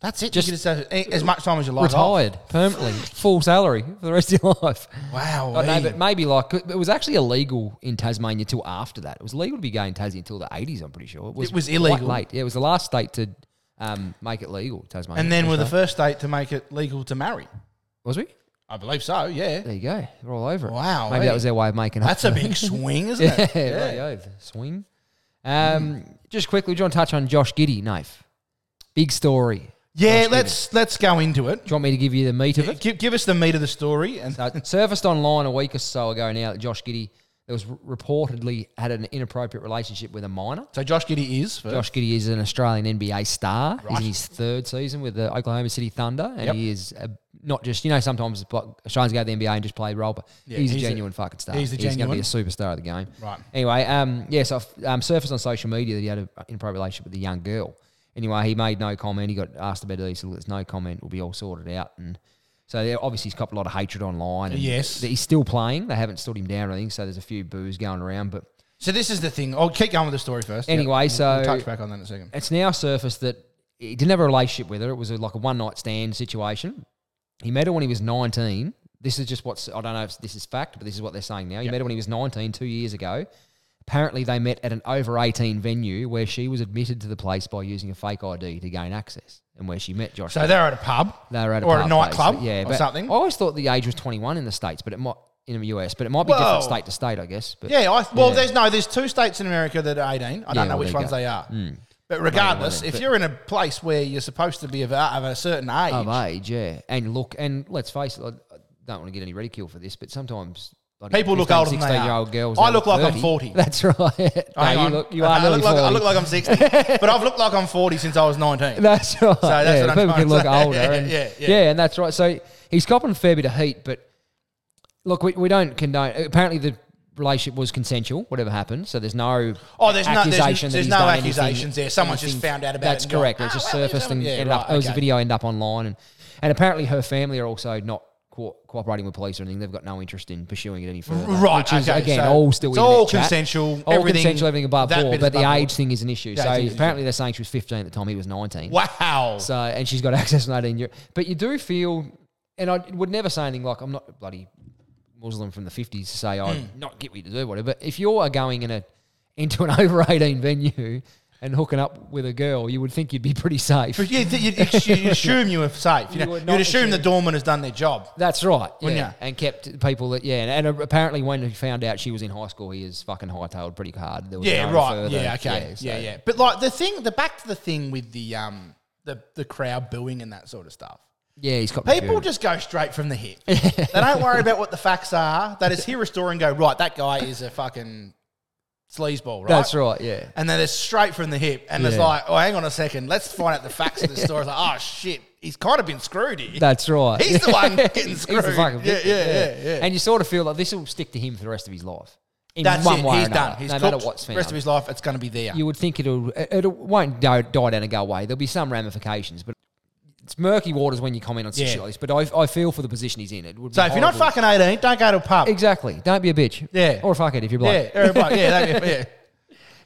Speaker 1: that's it.
Speaker 2: Just
Speaker 1: you could just have as much time as you like. off.
Speaker 2: Retired permanently, full salary for the rest of your life.
Speaker 1: Oh, Wow.
Speaker 2: I know, Oh, but maybe like it was actually illegal in Tasmania till after that. It was legal to be gay in Tasmania until the eighties. I'm pretty sure it was.
Speaker 1: It was
Speaker 2: quite
Speaker 1: illegal.
Speaker 2: late. Yeah, it was the last state to um, make it legal. Tasmania.
Speaker 1: and then we're the
Speaker 2: Australia.
Speaker 1: first state to make it legal to marry.
Speaker 2: was we?
Speaker 1: I believe so. Yeah.
Speaker 2: There you go. We're all over it.
Speaker 1: Wow,
Speaker 2: Maybe
Speaker 1: eh?
Speaker 2: that was their way of making it.
Speaker 1: That's a
Speaker 2: (laughs)
Speaker 1: big swing, isn't it?
Speaker 2: yeah, (laughs) right, yeah, the swing. Um, Just quickly, do you want to touch on Josh Giddy, Nafe? Big story. Do
Speaker 1: Yeah. Let's let's go into it.
Speaker 2: you want me to give you the meat of
Speaker 1: (laughs)
Speaker 2: it?
Speaker 1: Give, give us the meat of the story and
Speaker 2: So it surfaced online a week or so ago now that Josh Giddy that was r- reportedly had an inappropriate relationship with a minor.
Speaker 1: So Josh Giddy is first.
Speaker 2: Josh Giddy is an Australian NBA star. He's
Speaker 1: Right.
Speaker 2: in his third season with the Oklahoma City Thunder, and
Speaker 1: Yep.
Speaker 2: he is uh not just you know sometimes like, Australians go to the NBA and just play role, but
Speaker 1: Yeah,
Speaker 2: he's,
Speaker 1: he's
Speaker 2: a
Speaker 1: a-
Speaker 2: genuine fucking star.
Speaker 1: he's a
Speaker 2: going to be
Speaker 1: genuine.
Speaker 2: a superstar of the game.
Speaker 1: Right.
Speaker 2: Anyway, um, yeah, so I've, um, surfaced on social media that he had an inappropriate relationship with a young girl. Anyway, he made no comment. He got asked about it. He said, "Look, it's no comment. We'll be all sorted out." And so yeah, obviously he's copped a lot of hatred online. And
Speaker 1: Yes.
Speaker 2: that he's still playing. They haven't stood him down or anything. So there's a few boos going around, but.
Speaker 1: So this is the thing. I'll keep going with the story first.
Speaker 2: Anyway,
Speaker 1: We'll-
Speaker 2: so-
Speaker 1: we'll touch back on that in a second.
Speaker 2: it's now surfaced that he didn't have a relationship with her. It was a, like a one night stand situation. He met her when he was 19. This is just what's, I don't know if this is fact, but this is what they're saying now. He met her when he was 19, two years ago. Apparently, they met at an over 18 venue where she was admitted to the place by using a fake ID to gain access and where she met Josh.
Speaker 1: So they're at a pub.
Speaker 2: they were at a
Speaker 1: or
Speaker 2: pub
Speaker 1: a
Speaker 2: place,
Speaker 1: nightclub.
Speaker 2: yeah,
Speaker 1: or
Speaker 2: but
Speaker 1: something.
Speaker 2: I always thought the age was 21 in the States, but it might, in the US, but it might be
Speaker 1: Whoa.
Speaker 2: different state to state, I guess. But
Speaker 1: yeah, I, well,
Speaker 2: Yeah.
Speaker 1: there's no, there's two states in America that are 18. I don't
Speaker 2: Yeah,
Speaker 1: know
Speaker 2: well,
Speaker 1: which
Speaker 2: there you
Speaker 1: ones
Speaker 2: go. Hmm.
Speaker 1: they are. But regardless,
Speaker 2: then,
Speaker 1: if
Speaker 2: but-
Speaker 1: you're in a place where you're supposed to be of, a- of a certain age,
Speaker 2: of age, yeah. And look, and let's face it, I I don't want to get any ridicule for this, but sometimes bloody
Speaker 1: People look
Speaker 2: 15,
Speaker 1: older than they
Speaker 2: 16 year
Speaker 1: are.
Speaker 2: old girls.
Speaker 1: I
Speaker 2: they
Speaker 1: look like I'm
Speaker 2: 30.
Speaker 1: 40.
Speaker 2: (laughs) That's right.
Speaker 1: Oh, hang
Speaker 2: no, you
Speaker 1: on.
Speaker 2: look, you
Speaker 1: Okay,
Speaker 2: are
Speaker 1: I
Speaker 2: nearly
Speaker 1: look, like, I
Speaker 2: 40.
Speaker 1: look like I'm 60, but I've looked like I'm 40 since I was 19.
Speaker 2: That's right. So
Speaker 1: that's what I'm
Speaker 2: people
Speaker 1: trying
Speaker 2: can look
Speaker 1: to say.
Speaker 2: older.
Speaker 1: (laughs)
Speaker 2: And,
Speaker 1: Yeah,
Speaker 2: yeah,
Speaker 1: yeah.
Speaker 2: yeah, and that's right. So he's copping a fair bit of heat, but look, we, we don't condone. Apparently, the relationship was consensual. Whatever happened, so there's no
Speaker 1: Oh, there's no- there's-
Speaker 2: accusation that
Speaker 1: there's
Speaker 2: he's
Speaker 1: no
Speaker 2: done anything-
Speaker 1: accusations there. Someone's just
Speaker 2: anything-
Speaker 1: found out about
Speaker 2: That's
Speaker 1: it and gone,
Speaker 2: correct. It's
Speaker 1: "Oh,
Speaker 2: just
Speaker 1: well, he's
Speaker 2: surfaced and
Speaker 1: having-" Yeah,
Speaker 2: ended up.
Speaker 1: right,
Speaker 2: It was a
Speaker 1: okay.
Speaker 2: video end up online, and and apparently her family are also not. Co- cooperating with police or anything, they've got no interest in pursuing it any further.
Speaker 1: Right,
Speaker 2: which is
Speaker 1: okay,
Speaker 2: again
Speaker 1: so
Speaker 2: all still
Speaker 1: it's all
Speaker 2: internet chat.
Speaker 1: consensual,
Speaker 2: all
Speaker 1: everything-
Speaker 2: consensual, everything above
Speaker 1: that bit
Speaker 2: board.
Speaker 1: is
Speaker 2: But the
Speaker 1: above
Speaker 2: age
Speaker 1: board.
Speaker 2: thing is an issue.
Speaker 1: Yeah,
Speaker 2: so
Speaker 1: it's an issue.
Speaker 2: apparently they're saying she was 15 at the time, he was 19.
Speaker 1: Wow.
Speaker 2: So, and she's got (laughs) access to 18 year. But you do feel, and I would never say anything like, I'm not a bloody Muslim from the 50s to say, I
Speaker 1: Hmm.
Speaker 2: not get what you deserve, whatever. But if you're going in a into an (laughs) over 18 venue and hooking up with a girl, you would think you'd be pretty safe.
Speaker 1: But you, you, you,
Speaker 2: (laughs)
Speaker 1: you assume you were safe. You
Speaker 2: You
Speaker 1: know,
Speaker 2: would
Speaker 1: you'd
Speaker 2: not
Speaker 1: assume the
Speaker 2: assume.
Speaker 1: doorman has done their job.
Speaker 2: That's right.
Speaker 1: Wouldn't
Speaker 2: yeah.
Speaker 1: ya?
Speaker 2: And kept people that, yeah. And, and apparently, when he found out she was in high school, he is fucking hightailed pretty hard. There was
Speaker 1: Yeah,
Speaker 2: no
Speaker 1: right.
Speaker 2: further-
Speaker 1: Yeah, okay. Yeah,
Speaker 2: so-
Speaker 1: yeah, But like the thing, the back to the thing with the um the the crowd booing and that sort of stuff.
Speaker 2: Yeah, he's got
Speaker 1: People just go straight from the
Speaker 2: (laughs)
Speaker 1: hip. they don't worry about what the facts are. They just hear a story and go, right, that guy is a fucking sleazeball, right?
Speaker 2: That's right. Yeah.
Speaker 1: And then it's straight from the hip. And it's
Speaker 2: Yeah.
Speaker 1: like, oh, hang on a second. Let's find out the facts of
Speaker 2: (laughs)
Speaker 1: this story. It's like, oh, shit. He's kind of been screwed here.
Speaker 2: That's right.
Speaker 1: He's the
Speaker 2: (laughs)
Speaker 1: one getting
Speaker 2: He's the
Speaker 1: screwed.
Speaker 2: fucking
Speaker 1: Yeah,
Speaker 2: victim,
Speaker 1: yeah, yeah, yeah.
Speaker 2: And you sort of feel like this will stick to him for the rest of his life. In
Speaker 1: That's
Speaker 2: one
Speaker 1: it.
Speaker 2: way or
Speaker 1: He's
Speaker 2: another,
Speaker 1: done. He's
Speaker 2: no
Speaker 1: cooked.
Speaker 2: matter what's found.
Speaker 1: rest of his life, it's going to be there.
Speaker 2: you would think it'll it it won't die, die down and go away. There'll be some ramifications, but it's murky waters when you comment on
Speaker 1: Yeah.
Speaker 2: shit like this. But I, I feel for the position he's in. It would be
Speaker 1: so if you're not
Speaker 2: horrible.
Speaker 1: fucking 18, don't go to a pub.
Speaker 2: exactly, don't be a bitch.
Speaker 1: Yeah.
Speaker 2: or fuck it if you're black.
Speaker 1: Yeah,
Speaker 2: (laughs)
Speaker 1: yeah, right, yeah, that'd be- yeah.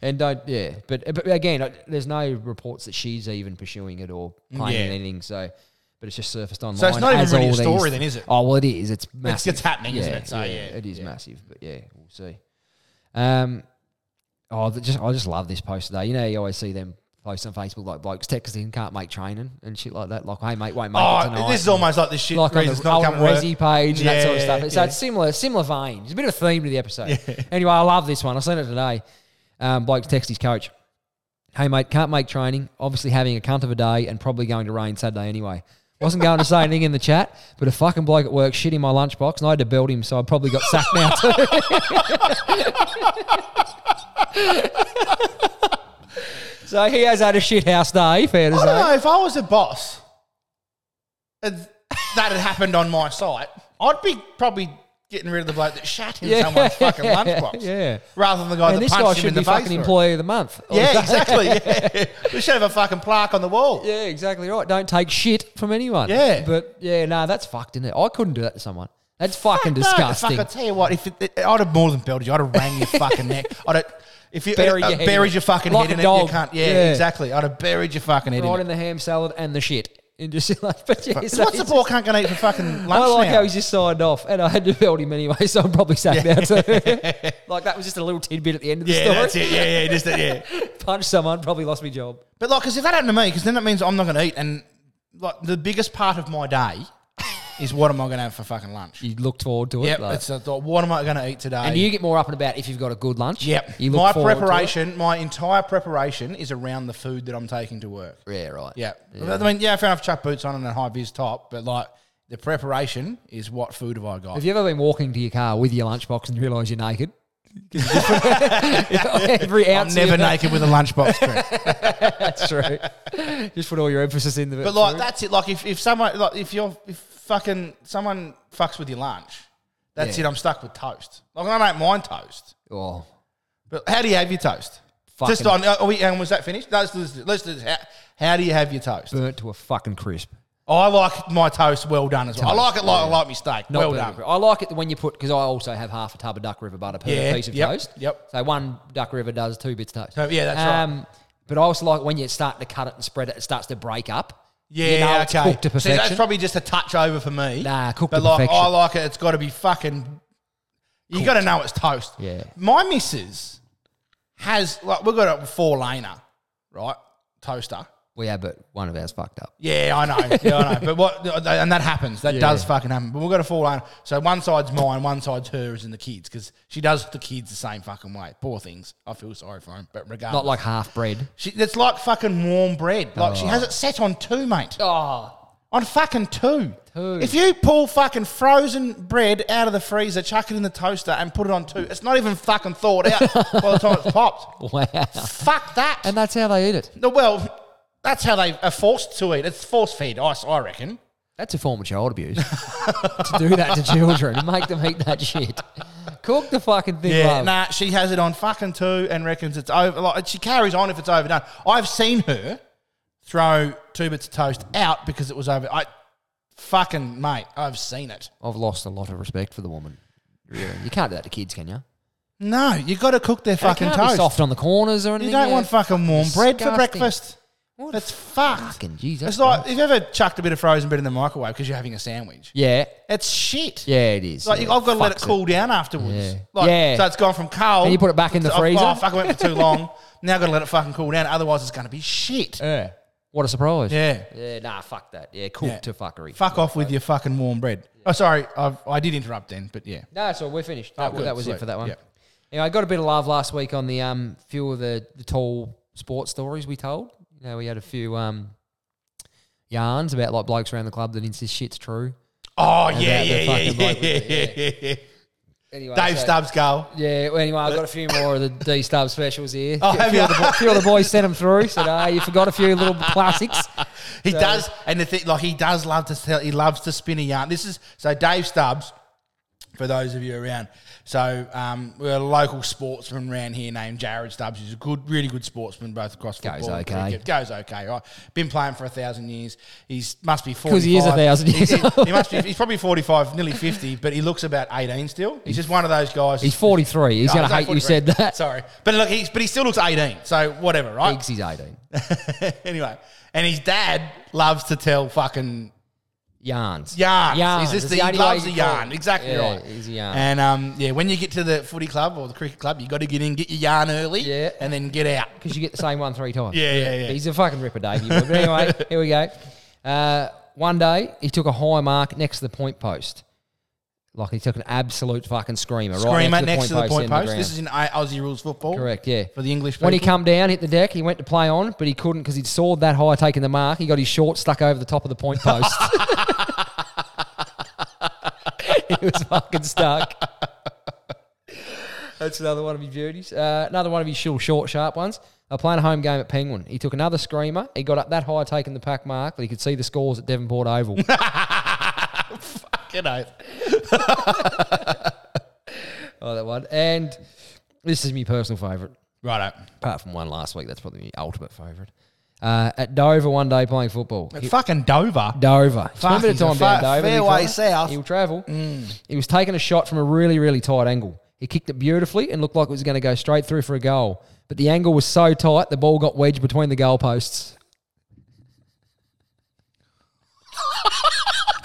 Speaker 2: And don't, yeah. But, but again, I- there's no reports that she's even pursuing it or claiming
Speaker 1: Mm, Yeah.
Speaker 2: anything. So, but it's just surfaced online.
Speaker 1: it's not even
Speaker 2: as
Speaker 1: really a
Speaker 2: all these-
Speaker 1: story then, is it?
Speaker 2: Oh, well, it is. It's massive.
Speaker 1: it's happening, isn't it? So, yeah,
Speaker 2: It is
Speaker 1: yeah.
Speaker 2: massive. But yeah, we'll see. Um, oh, the- just I just love this post today. You know, you always see them post on Facebook like blokes texting can't make training and shit like that. Like, hey mate, won't make it
Speaker 1: Oh,
Speaker 2: tonight.
Speaker 1: this is almost like this shit.
Speaker 2: like on
Speaker 1: reasons
Speaker 2: the
Speaker 1: not
Speaker 2: old
Speaker 1: come to work.
Speaker 2: Resi page and that sort of
Speaker 1: Yeah,
Speaker 2: stuff. So
Speaker 1: yeah.
Speaker 2: it's similar, similar vein. It's a bit of a theme to the episode. Anyway, I love this one. I seen it today. Um, Bloke's text his coach. Hey mate, can't make training. Obviously having a cunt of a day and probably going to rain Saturday anyway. Wasn't going to say anything in the chat, but a fucking bloke at work shit in my lunchbox and I had to belt him, so I probably got sacked now too. (laughs) so he has had a shit house day, fair to
Speaker 1: I
Speaker 2: say.
Speaker 1: don't know if I was a boss and that had happened on my site, I'd be probably getting rid of the bloke that shat in someone's fucking lunchbox.
Speaker 2: (laughs) Yeah.
Speaker 1: Rather than the guy
Speaker 2: and
Speaker 1: that
Speaker 2: this guy
Speaker 1: punched him in
Speaker 2: should
Speaker 1: the
Speaker 2: be
Speaker 1: face.
Speaker 2: fucking
Speaker 1: for it.
Speaker 2: employee of the month. Or
Speaker 1: yeah,
Speaker 2: (laughs) something.
Speaker 1: exactly. Yeah. (laughs) we should have a fucking plaque on the wall.
Speaker 2: Yeah, exactly right. Don't take shit from anyone.
Speaker 1: Yeah.
Speaker 2: but yeah, no, that's fucked, isn't it? I couldn't do that to someone. That's fucking
Speaker 1: No,
Speaker 2: disgusting.
Speaker 1: fuck, I tell you what, if it, I'd have more than belted you, I'd have rang your fucking neck. I'd have, if you
Speaker 2: Buried
Speaker 1: uh,
Speaker 2: your head
Speaker 1: buried
Speaker 2: in
Speaker 1: your
Speaker 2: it.
Speaker 1: fucking
Speaker 2: Like
Speaker 1: head
Speaker 2: a
Speaker 1: in it, you
Speaker 2: dog.
Speaker 1: can't. Yeah,
Speaker 2: Yeah.
Speaker 1: exactly. I'd have buried your fucking head
Speaker 2: right
Speaker 1: in
Speaker 2: in
Speaker 1: it.
Speaker 2: the ham salad and the shit, and just (laughs) like, but yeah,
Speaker 1: So
Speaker 2: so
Speaker 1: What's the
Speaker 2: it's-
Speaker 1: poor cunt going to eat for fucking lunch
Speaker 2: (laughs) I like
Speaker 1: now?
Speaker 2: how he's just signed off, and I had to belt him anyway, (laughs) so I'm probably sacked
Speaker 1: (laughs)
Speaker 2: out too. (laughs) like that was just a little tidbit at the end of the
Speaker 1: yeah,
Speaker 2: story.
Speaker 1: that's it. Yeah, yeah, just that, yeah.
Speaker 2: (laughs) Punch someone, probably lost my job.
Speaker 1: But like, because if that happened to me, because then that means I'm not going to eat, and like the biggest part of my day (laughs) is what am I going to have for fucking lunch?
Speaker 2: You looked forward to it,
Speaker 1: Yep,
Speaker 2: like-
Speaker 1: it's a thought. What am I going to eat today?
Speaker 2: and you get more up and about if you've got a good lunch.
Speaker 1: yep,
Speaker 2: you
Speaker 1: my
Speaker 2: look forward to it.
Speaker 1: preparation, my entire preparation is around the food that I'm taking to work.
Speaker 2: Yeah, right.
Speaker 1: Yeah, I mean, yeah, fair enough. Chuck boots on and a high vis top, but like the preparation is what food have I got?
Speaker 2: Have you ever been walking to your car with your lunchbox and you realise you're naked?
Speaker 1: (laughs)
Speaker 2: (laughs) Every
Speaker 1: I'm
Speaker 2: ounce. of
Speaker 1: never
Speaker 2: your-
Speaker 1: naked with a lunchbox. Trent.
Speaker 2: (laughs) That's true. Just put all your emphasis in the.
Speaker 1: but like, that's it. Like, if, if someone, like, if you're, if fucking someone fucks with your lunch, that's
Speaker 2: Yeah.
Speaker 1: it. I'm stuck with toast. Like, I don't mind toast.
Speaker 2: Oh,
Speaker 1: But how do you have your toast?
Speaker 2: Fucking-
Speaker 1: Just on. Are we, and was that finished? No, let's do this. Let's do this. How, how do you have your toast?
Speaker 2: burnt to a fucking crisp.
Speaker 1: I like my toast well done as well. I
Speaker 2: Toast,
Speaker 1: like it like I like my steak.
Speaker 2: Not
Speaker 1: well
Speaker 2: burnt to a
Speaker 1: done.
Speaker 2: crisp. I like it when you put because I also have half a tub of Duck River butter per
Speaker 1: Yeah,
Speaker 2: piece of
Speaker 1: yep,
Speaker 2: toast.
Speaker 1: yep.
Speaker 2: So one Duck River does two bits toast. Um,
Speaker 1: So, yeah, that's right.
Speaker 2: But I also like when you start to cut it and spread it, it starts to break up.
Speaker 1: Yeah,
Speaker 2: you know it's
Speaker 1: okay.
Speaker 2: cooked to
Speaker 1: See, that's
Speaker 2: perfection.
Speaker 1: probably just a touch over for me.
Speaker 2: Nah, cooked
Speaker 1: But
Speaker 2: to
Speaker 1: like, I
Speaker 2: perfection.
Speaker 1: like it. It's got to be fucking. You got to know it's toast.
Speaker 2: Yeah.
Speaker 1: My missus has like we've got a four laner, right? Toaster.
Speaker 2: Well, yeah, but one of ours fucked up.
Speaker 1: Yeah, I know. Yeah, I
Speaker 2: (laughs)
Speaker 1: know. But what and that happens. That does fucking happen. But we've got a four laner. So one side's mine, one side's hers, and the kids because she does the kids the same fucking way. Poor things. I feel sorry for them. But regardless,
Speaker 2: Not like Oh. half bread.
Speaker 1: she, it's like fucking warm bread. Like she has it set on two, mate.
Speaker 2: Oh,
Speaker 1: On fucking two.
Speaker 2: Two.
Speaker 1: If you pull fucking frozen bread out of the freezer, chuck it in the toaster, and put it on two, it's not even fucking thawed
Speaker 2: (laughs)
Speaker 1: out by the time it's popped.
Speaker 2: wow.
Speaker 1: Fuck that.
Speaker 2: And that's how they eat it.
Speaker 1: No, well, that's how they are forced to eat. It's force feed ice, I reckon.
Speaker 2: That's a form of child abuse. (laughs) to do that to children and make them eat that shit. Cook the fucking thing up.
Speaker 1: nah, she has it on fucking two and reckons it's over. Like she carries on if it's overdone. I've seen her throw two bits of toast out because it was over. I fucking mate, I've seen it.
Speaker 2: I've lost a lot of respect for the woman. Really. You can't do that to kids, can you?
Speaker 1: No, you got to cook their fucking
Speaker 2: They can't be
Speaker 1: toast.
Speaker 2: soft on the corners or
Speaker 1: You
Speaker 2: anything.
Speaker 1: don't want
Speaker 2: yeah.
Speaker 1: fucking warm bread for
Speaker 2: Disgusting.
Speaker 1: breakfast.
Speaker 2: What
Speaker 1: That's fucked.
Speaker 2: fucking Jesus.
Speaker 1: it's like if you ever chucked a bit of frozen bread in the microwave because you're having a sandwich.
Speaker 2: yeah,
Speaker 1: It's shit.
Speaker 2: yeah, it is.
Speaker 1: Like
Speaker 2: yeah,
Speaker 1: you I've got to let it
Speaker 2: fucks
Speaker 1: cool down afterwards.
Speaker 2: Yeah.
Speaker 1: Like,
Speaker 2: Yeah.
Speaker 1: So it's gone from cold.
Speaker 2: And you put it back in the
Speaker 1: to-
Speaker 2: freezer?
Speaker 1: Oh, fuck, I went for too long. now I've got to let it fucking cool down. Otherwise, it's going to be shit.
Speaker 2: Yeah. What a surprise.
Speaker 1: Yeah.
Speaker 2: Yeah, nah, fuck that. Yeah, cool
Speaker 1: Yeah.
Speaker 2: to fuckery.
Speaker 1: Fuck off with your fucking warm bread. Oh, sorry. I've, I did interrupt then, but yeah.
Speaker 2: No, so we're finished. That,
Speaker 1: Oh, good,
Speaker 2: that was
Speaker 1: sweet.
Speaker 2: it for that one.
Speaker 1: Yep.
Speaker 2: Anyway, I got a bit of love last week on the um few of the, the tall sports stories we told. You know, we had a few um yarns about like blokes around the club that insist shit's true.
Speaker 1: Oh, yeah,
Speaker 2: that,
Speaker 1: yeah,
Speaker 2: the
Speaker 1: yeah,
Speaker 2: fucking
Speaker 1: yeah,
Speaker 2: bloke
Speaker 1: yeah,
Speaker 2: with
Speaker 1: yeah,
Speaker 2: the-
Speaker 1: yeah, yeah.
Speaker 2: Anyway,
Speaker 1: Dave
Speaker 2: so-
Speaker 1: Stubbs' goal.
Speaker 2: Yeah, well, anyway, I've got a few more of the D Stub specials here.
Speaker 1: Oh,
Speaker 2: a few,
Speaker 1: have
Speaker 2: few
Speaker 1: you?
Speaker 2: Of the, bo- few of the boys sent them through. Said, ah, you forgot a few little classics.
Speaker 1: He does, and the thing, like he does love to tell, he loves to spin a yarn. This is so Dave Stubbs, for those of you around. So um, we're a local sportsman around here named Jared Stubbs. He's a good, really good sportsman, both across
Speaker 2: Goes
Speaker 1: football. and
Speaker 2: okay.
Speaker 1: cricket. Goes okay, right? Been playing for a thousand years. He's must be forty.
Speaker 2: 'Cause he is a thousand years
Speaker 1: He, he-
Speaker 2: old.
Speaker 1: he must be. He's probably forty-five, nearly fifty, but he looks about eighteen still. He's just one of those guys.
Speaker 2: He's 43. He's
Speaker 1: Oh,
Speaker 2: going
Speaker 1: he's only
Speaker 2: to hate
Speaker 1: 43.
Speaker 2: you said that.
Speaker 1: Sorry, but look, he's but he still looks eighteen. So whatever, right?
Speaker 2: Biggs, he's 18.
Speaker 1: (laughs) anyway, and his dad loves to tell fucking
Speaker 2: Yarns.
Speaker 1: yarns.
Speaker 2: Yarns.
Speaker 1: He's
Speaker 2: It's
Speaker 1: just,
Speaker 2: the
Speaker 1: he
Speaker 2: only way
Speaker 1: loves a
Speaker 2: you can call
Speaker 1: yarn.
Speaker 2: it.
Speaker 1: Exactly
Speaker 2: Yeah,
Speaker 1: right.
Speaker 2: he's a yarn.
Speaker 1: And um, yeah, when you get to the footy club or the cricket club, you got to get in, get your yarn early,
Speaker 2: Yeah.
Speaker 1: and then get out.
Speaker 2: because you get the same one three times.
Speaker 1: Yeah, yeah, yeah.
Speaker 2: He's a fucking ripper, Davey.
Speaker 1: (laughs)
Speaker 2: But anyway, here we go. Uh, one day he took a high mark next to the point post. Like he took an absolute fucking screamer.
Speaker 1: Screamer
Speaker 2: right
Speaker 1: next to the point
Speaker 2: in
Speaker 1: post.
Speaker 2: ground.
Speaker 1: this is in A- Aussie rules football.
Speaker 2: correct. Yeah.
Speaker 1: For the English people.
Speaker 2: When he come down, hit the deck, he went to play on, but he couldn't because he'd soared that high taking the mark. He got his short stuck over the top of the point post. (laughs) he was fucking stuck. That's another one of his beauties. Uh, another one of his short, short, sharp ones. They're playing a home game at Penguin. He took another screamer. He got up that high taking the pack mark, but he could see the scores at Devonport Oval.
Speaker 1: you know,
Speaker 2: oh, that one. And this is my personal favourite.
Speaker 1: right.
Speaker 2: apart from one last week, that's probably my ultimate favourite. Uh, at Dover one day playing football. He-
Speaker 1: Fucking Dover.
Speaker 2: Dover.
Speaker 1: Fuck,
Speaker 2: Remember the
Speaker 1: he's a
Speaker 2: time
Speaker 1: fa-
Speaker 2: down Dover?
Speaker 1: fairway
Speaker 2: Nicola?
Speaker 1: south.
Speaker 2: He'll travel. He was taking a shot from a really, really tight angle. He kicked it beautifully and looked like it was going to go straight through for a goal. But the angle was so tight, the ball got wedged between the (laughs) goalposts.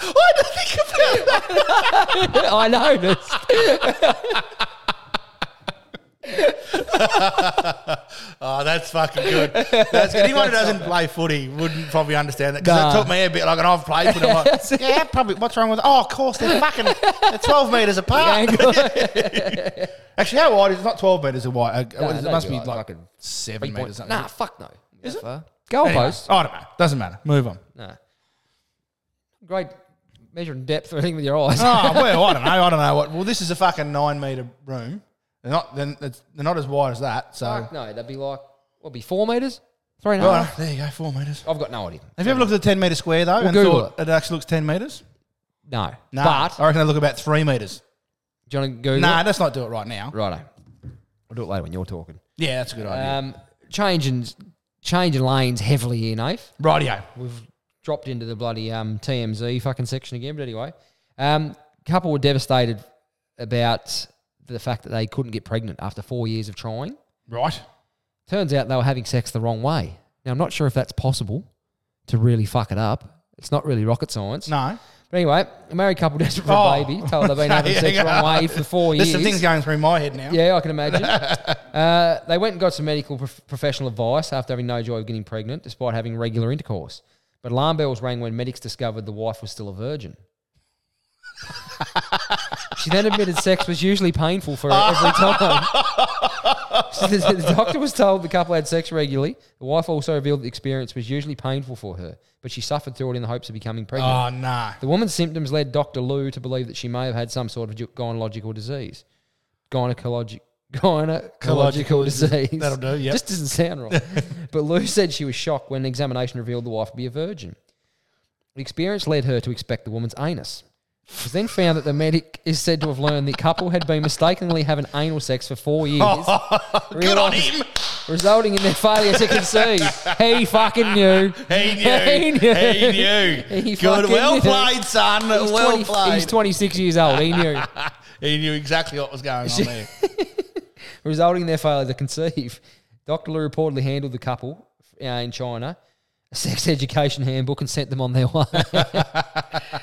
Speaker 1: I didn't think about that.
Speaker 2: (laughs) I noticed.
Speaker 1: Oh, that's fucking good. That's good. Anyone who doesn't play footy wouldn't probably understand that because
Speaker 2: Nah.
Speaker 1: it took me a bit. Like, and I've played footy. I'm
Speaker 2: (laughs)
Speaker 1: like,
Speaker 2: Yes.
Speaker 1: yeah, probably. What's wrong with? Oh, of course they're fucking. They're twelve meters
Speaker 2: The
Speaker 1: apart.
Speaker 2: (laughs) angle.
Speaker 1: Actually, how wide is it? Not 12 metres wide. Uh,
Speaker 2: Nah,
Speaker 1: it
Speaker 2: that'd
Speaker 1: must
Speaker 2: be
Speaker 1: be
Speaker 2: like
Speaker 1: like,
Speaker 2: fucking
Speaker 1: seven metres. something.
Speaker 2: nah, fuck no. Is it?
Speaker 1: Anyway,
Speaker 2: Goalpost?
Speaker 1: I don't know. Doesn't matter. Move
Speaker 2: (laughs)
Speaker 1: on.
Speaker 2: Nah. Great measuring depth or anything with your eyes.
Speaker 1: Oh, well, I don't know. I don't know what. Well, this is a fucking nine metre room. They're not, then it's, they're not as wide as that. So,
Speaker 2: Fuck no, that'd be like what be four meters, three and a
Speaker 1: Well,
Speaker 2: half.
Speaker 1: there you go, four metres.
Speaker 2: I've got no idea.
Speaker 1: Have you ever looked at a 10 metre square, though, and
Speaker 2: Google
Speaker 1: thought it. actually looks 10 metres?
Speaker 2: No,
Speaker 1: Nah.
Speaker 2: but
Speaker 1: I reckon they look about three metres.
Speaker 2: do you want to Google?
Speaker 1: Nah,
Speaker 2: Nah,
Speaker 1: let's not do it right now.
Speaker 2: righto. I'll do it later when you're talking.
Speaker 1: Yeah, that's a good idea.
Speaker 2: Um, changing changing lanes heavily here, Nath.
Speaker 1: Rightio.
Speaker 2: We've dropped into the bloody um, TMZ fucking section again, but anyway, um, couple were devastated about the fact that they couldn't get pregnant after four years of trying.
Speaker 1: Right.
Speaker 2: Turns out they were having sex the wrong way. Now I'm not sure if that's possible to really fuck it up. It's not really rocket science.
Speaker 1: No.
Speaker 2: But But anyway, a married couple (laughs) desperate for
Speaker 1: Oh.
Speaker 2: a baby,
Speaker 1: (laughs)
Speaker 2: told they've been having
Speaker 1: Yeah,
Speaker 2: sex
Speaker 1: yeah.
Speaker 2: wrong way for four
Speaker 1: There's
Speaker 2: years.
Speaker 1: some things going through my head now.
Speaker 2: Yeah, I can
Speaker 1: (laughs)
Speaker 2: imagine. uh, they went and got some medical prof- professional advice after having no joy of getting pregnant, despite having regular intercourse. But alarm bells rang when medics discovered the wife was still
Speaker 1: (laughs)
Speaker 2: a virgin. she then admitted sex was usually painful for her every
Speaker 1: (laughs)
Speaker 2: time. So the, the doctor was told the couple had sex regularly. The wife also revealed the experience was usually painful for her, but she suffered through it in the hopes of becoming pregnant.
Speaker 1: Oh, nah.
Speaker 2: The woman's symptoms led Dr. Liu to believe that she may have had some sort of gy- gynecological disease. Gynecologic,
Speaker 1: Gynecological
Speaker 2: gynecological disease.
Speaker 1: that'll do, yep.
Speaker 2: Just doesn't
Speaker 1: (laughs)
Speaker 2: sound right. but Liu said she was shocked when examination revealed the wife to be a virgin. The experience led her to expect the woman's anus. It was then found that the medic is said to have learned the couple had been mistakenly having anal sex for four
Speaker 1: (laughs)
Speaker 2: years,
Speaker 1: Good on
Speaker 2: Realise-
Speaker 1: him.
Speaker 2: resulting in their failure to conceive. He fucking knew.
Speaker 1: He
Speaker 2: (laughs)
Speaker 1: knew. He knew.
Speaker 2: He
Speaker 1: Good.
Speaker 2: fucking
Speaker 1: Well
Speaker 2: knew.
Speaker 1: played, son.
Speaker 2: He's
Speaker 1: well
Speaker 2: 20
Speaker 1: played.
Speaker 2: He's 26 years old. He knew.
Speaker 1: he knew exactly what was going on there.
Speaker 2: (laughs) resulting in their failure to conceive. Dr. Liu reportedly handled the couple uh, in China, a sex education handbook, and sent them on their (laughs) way.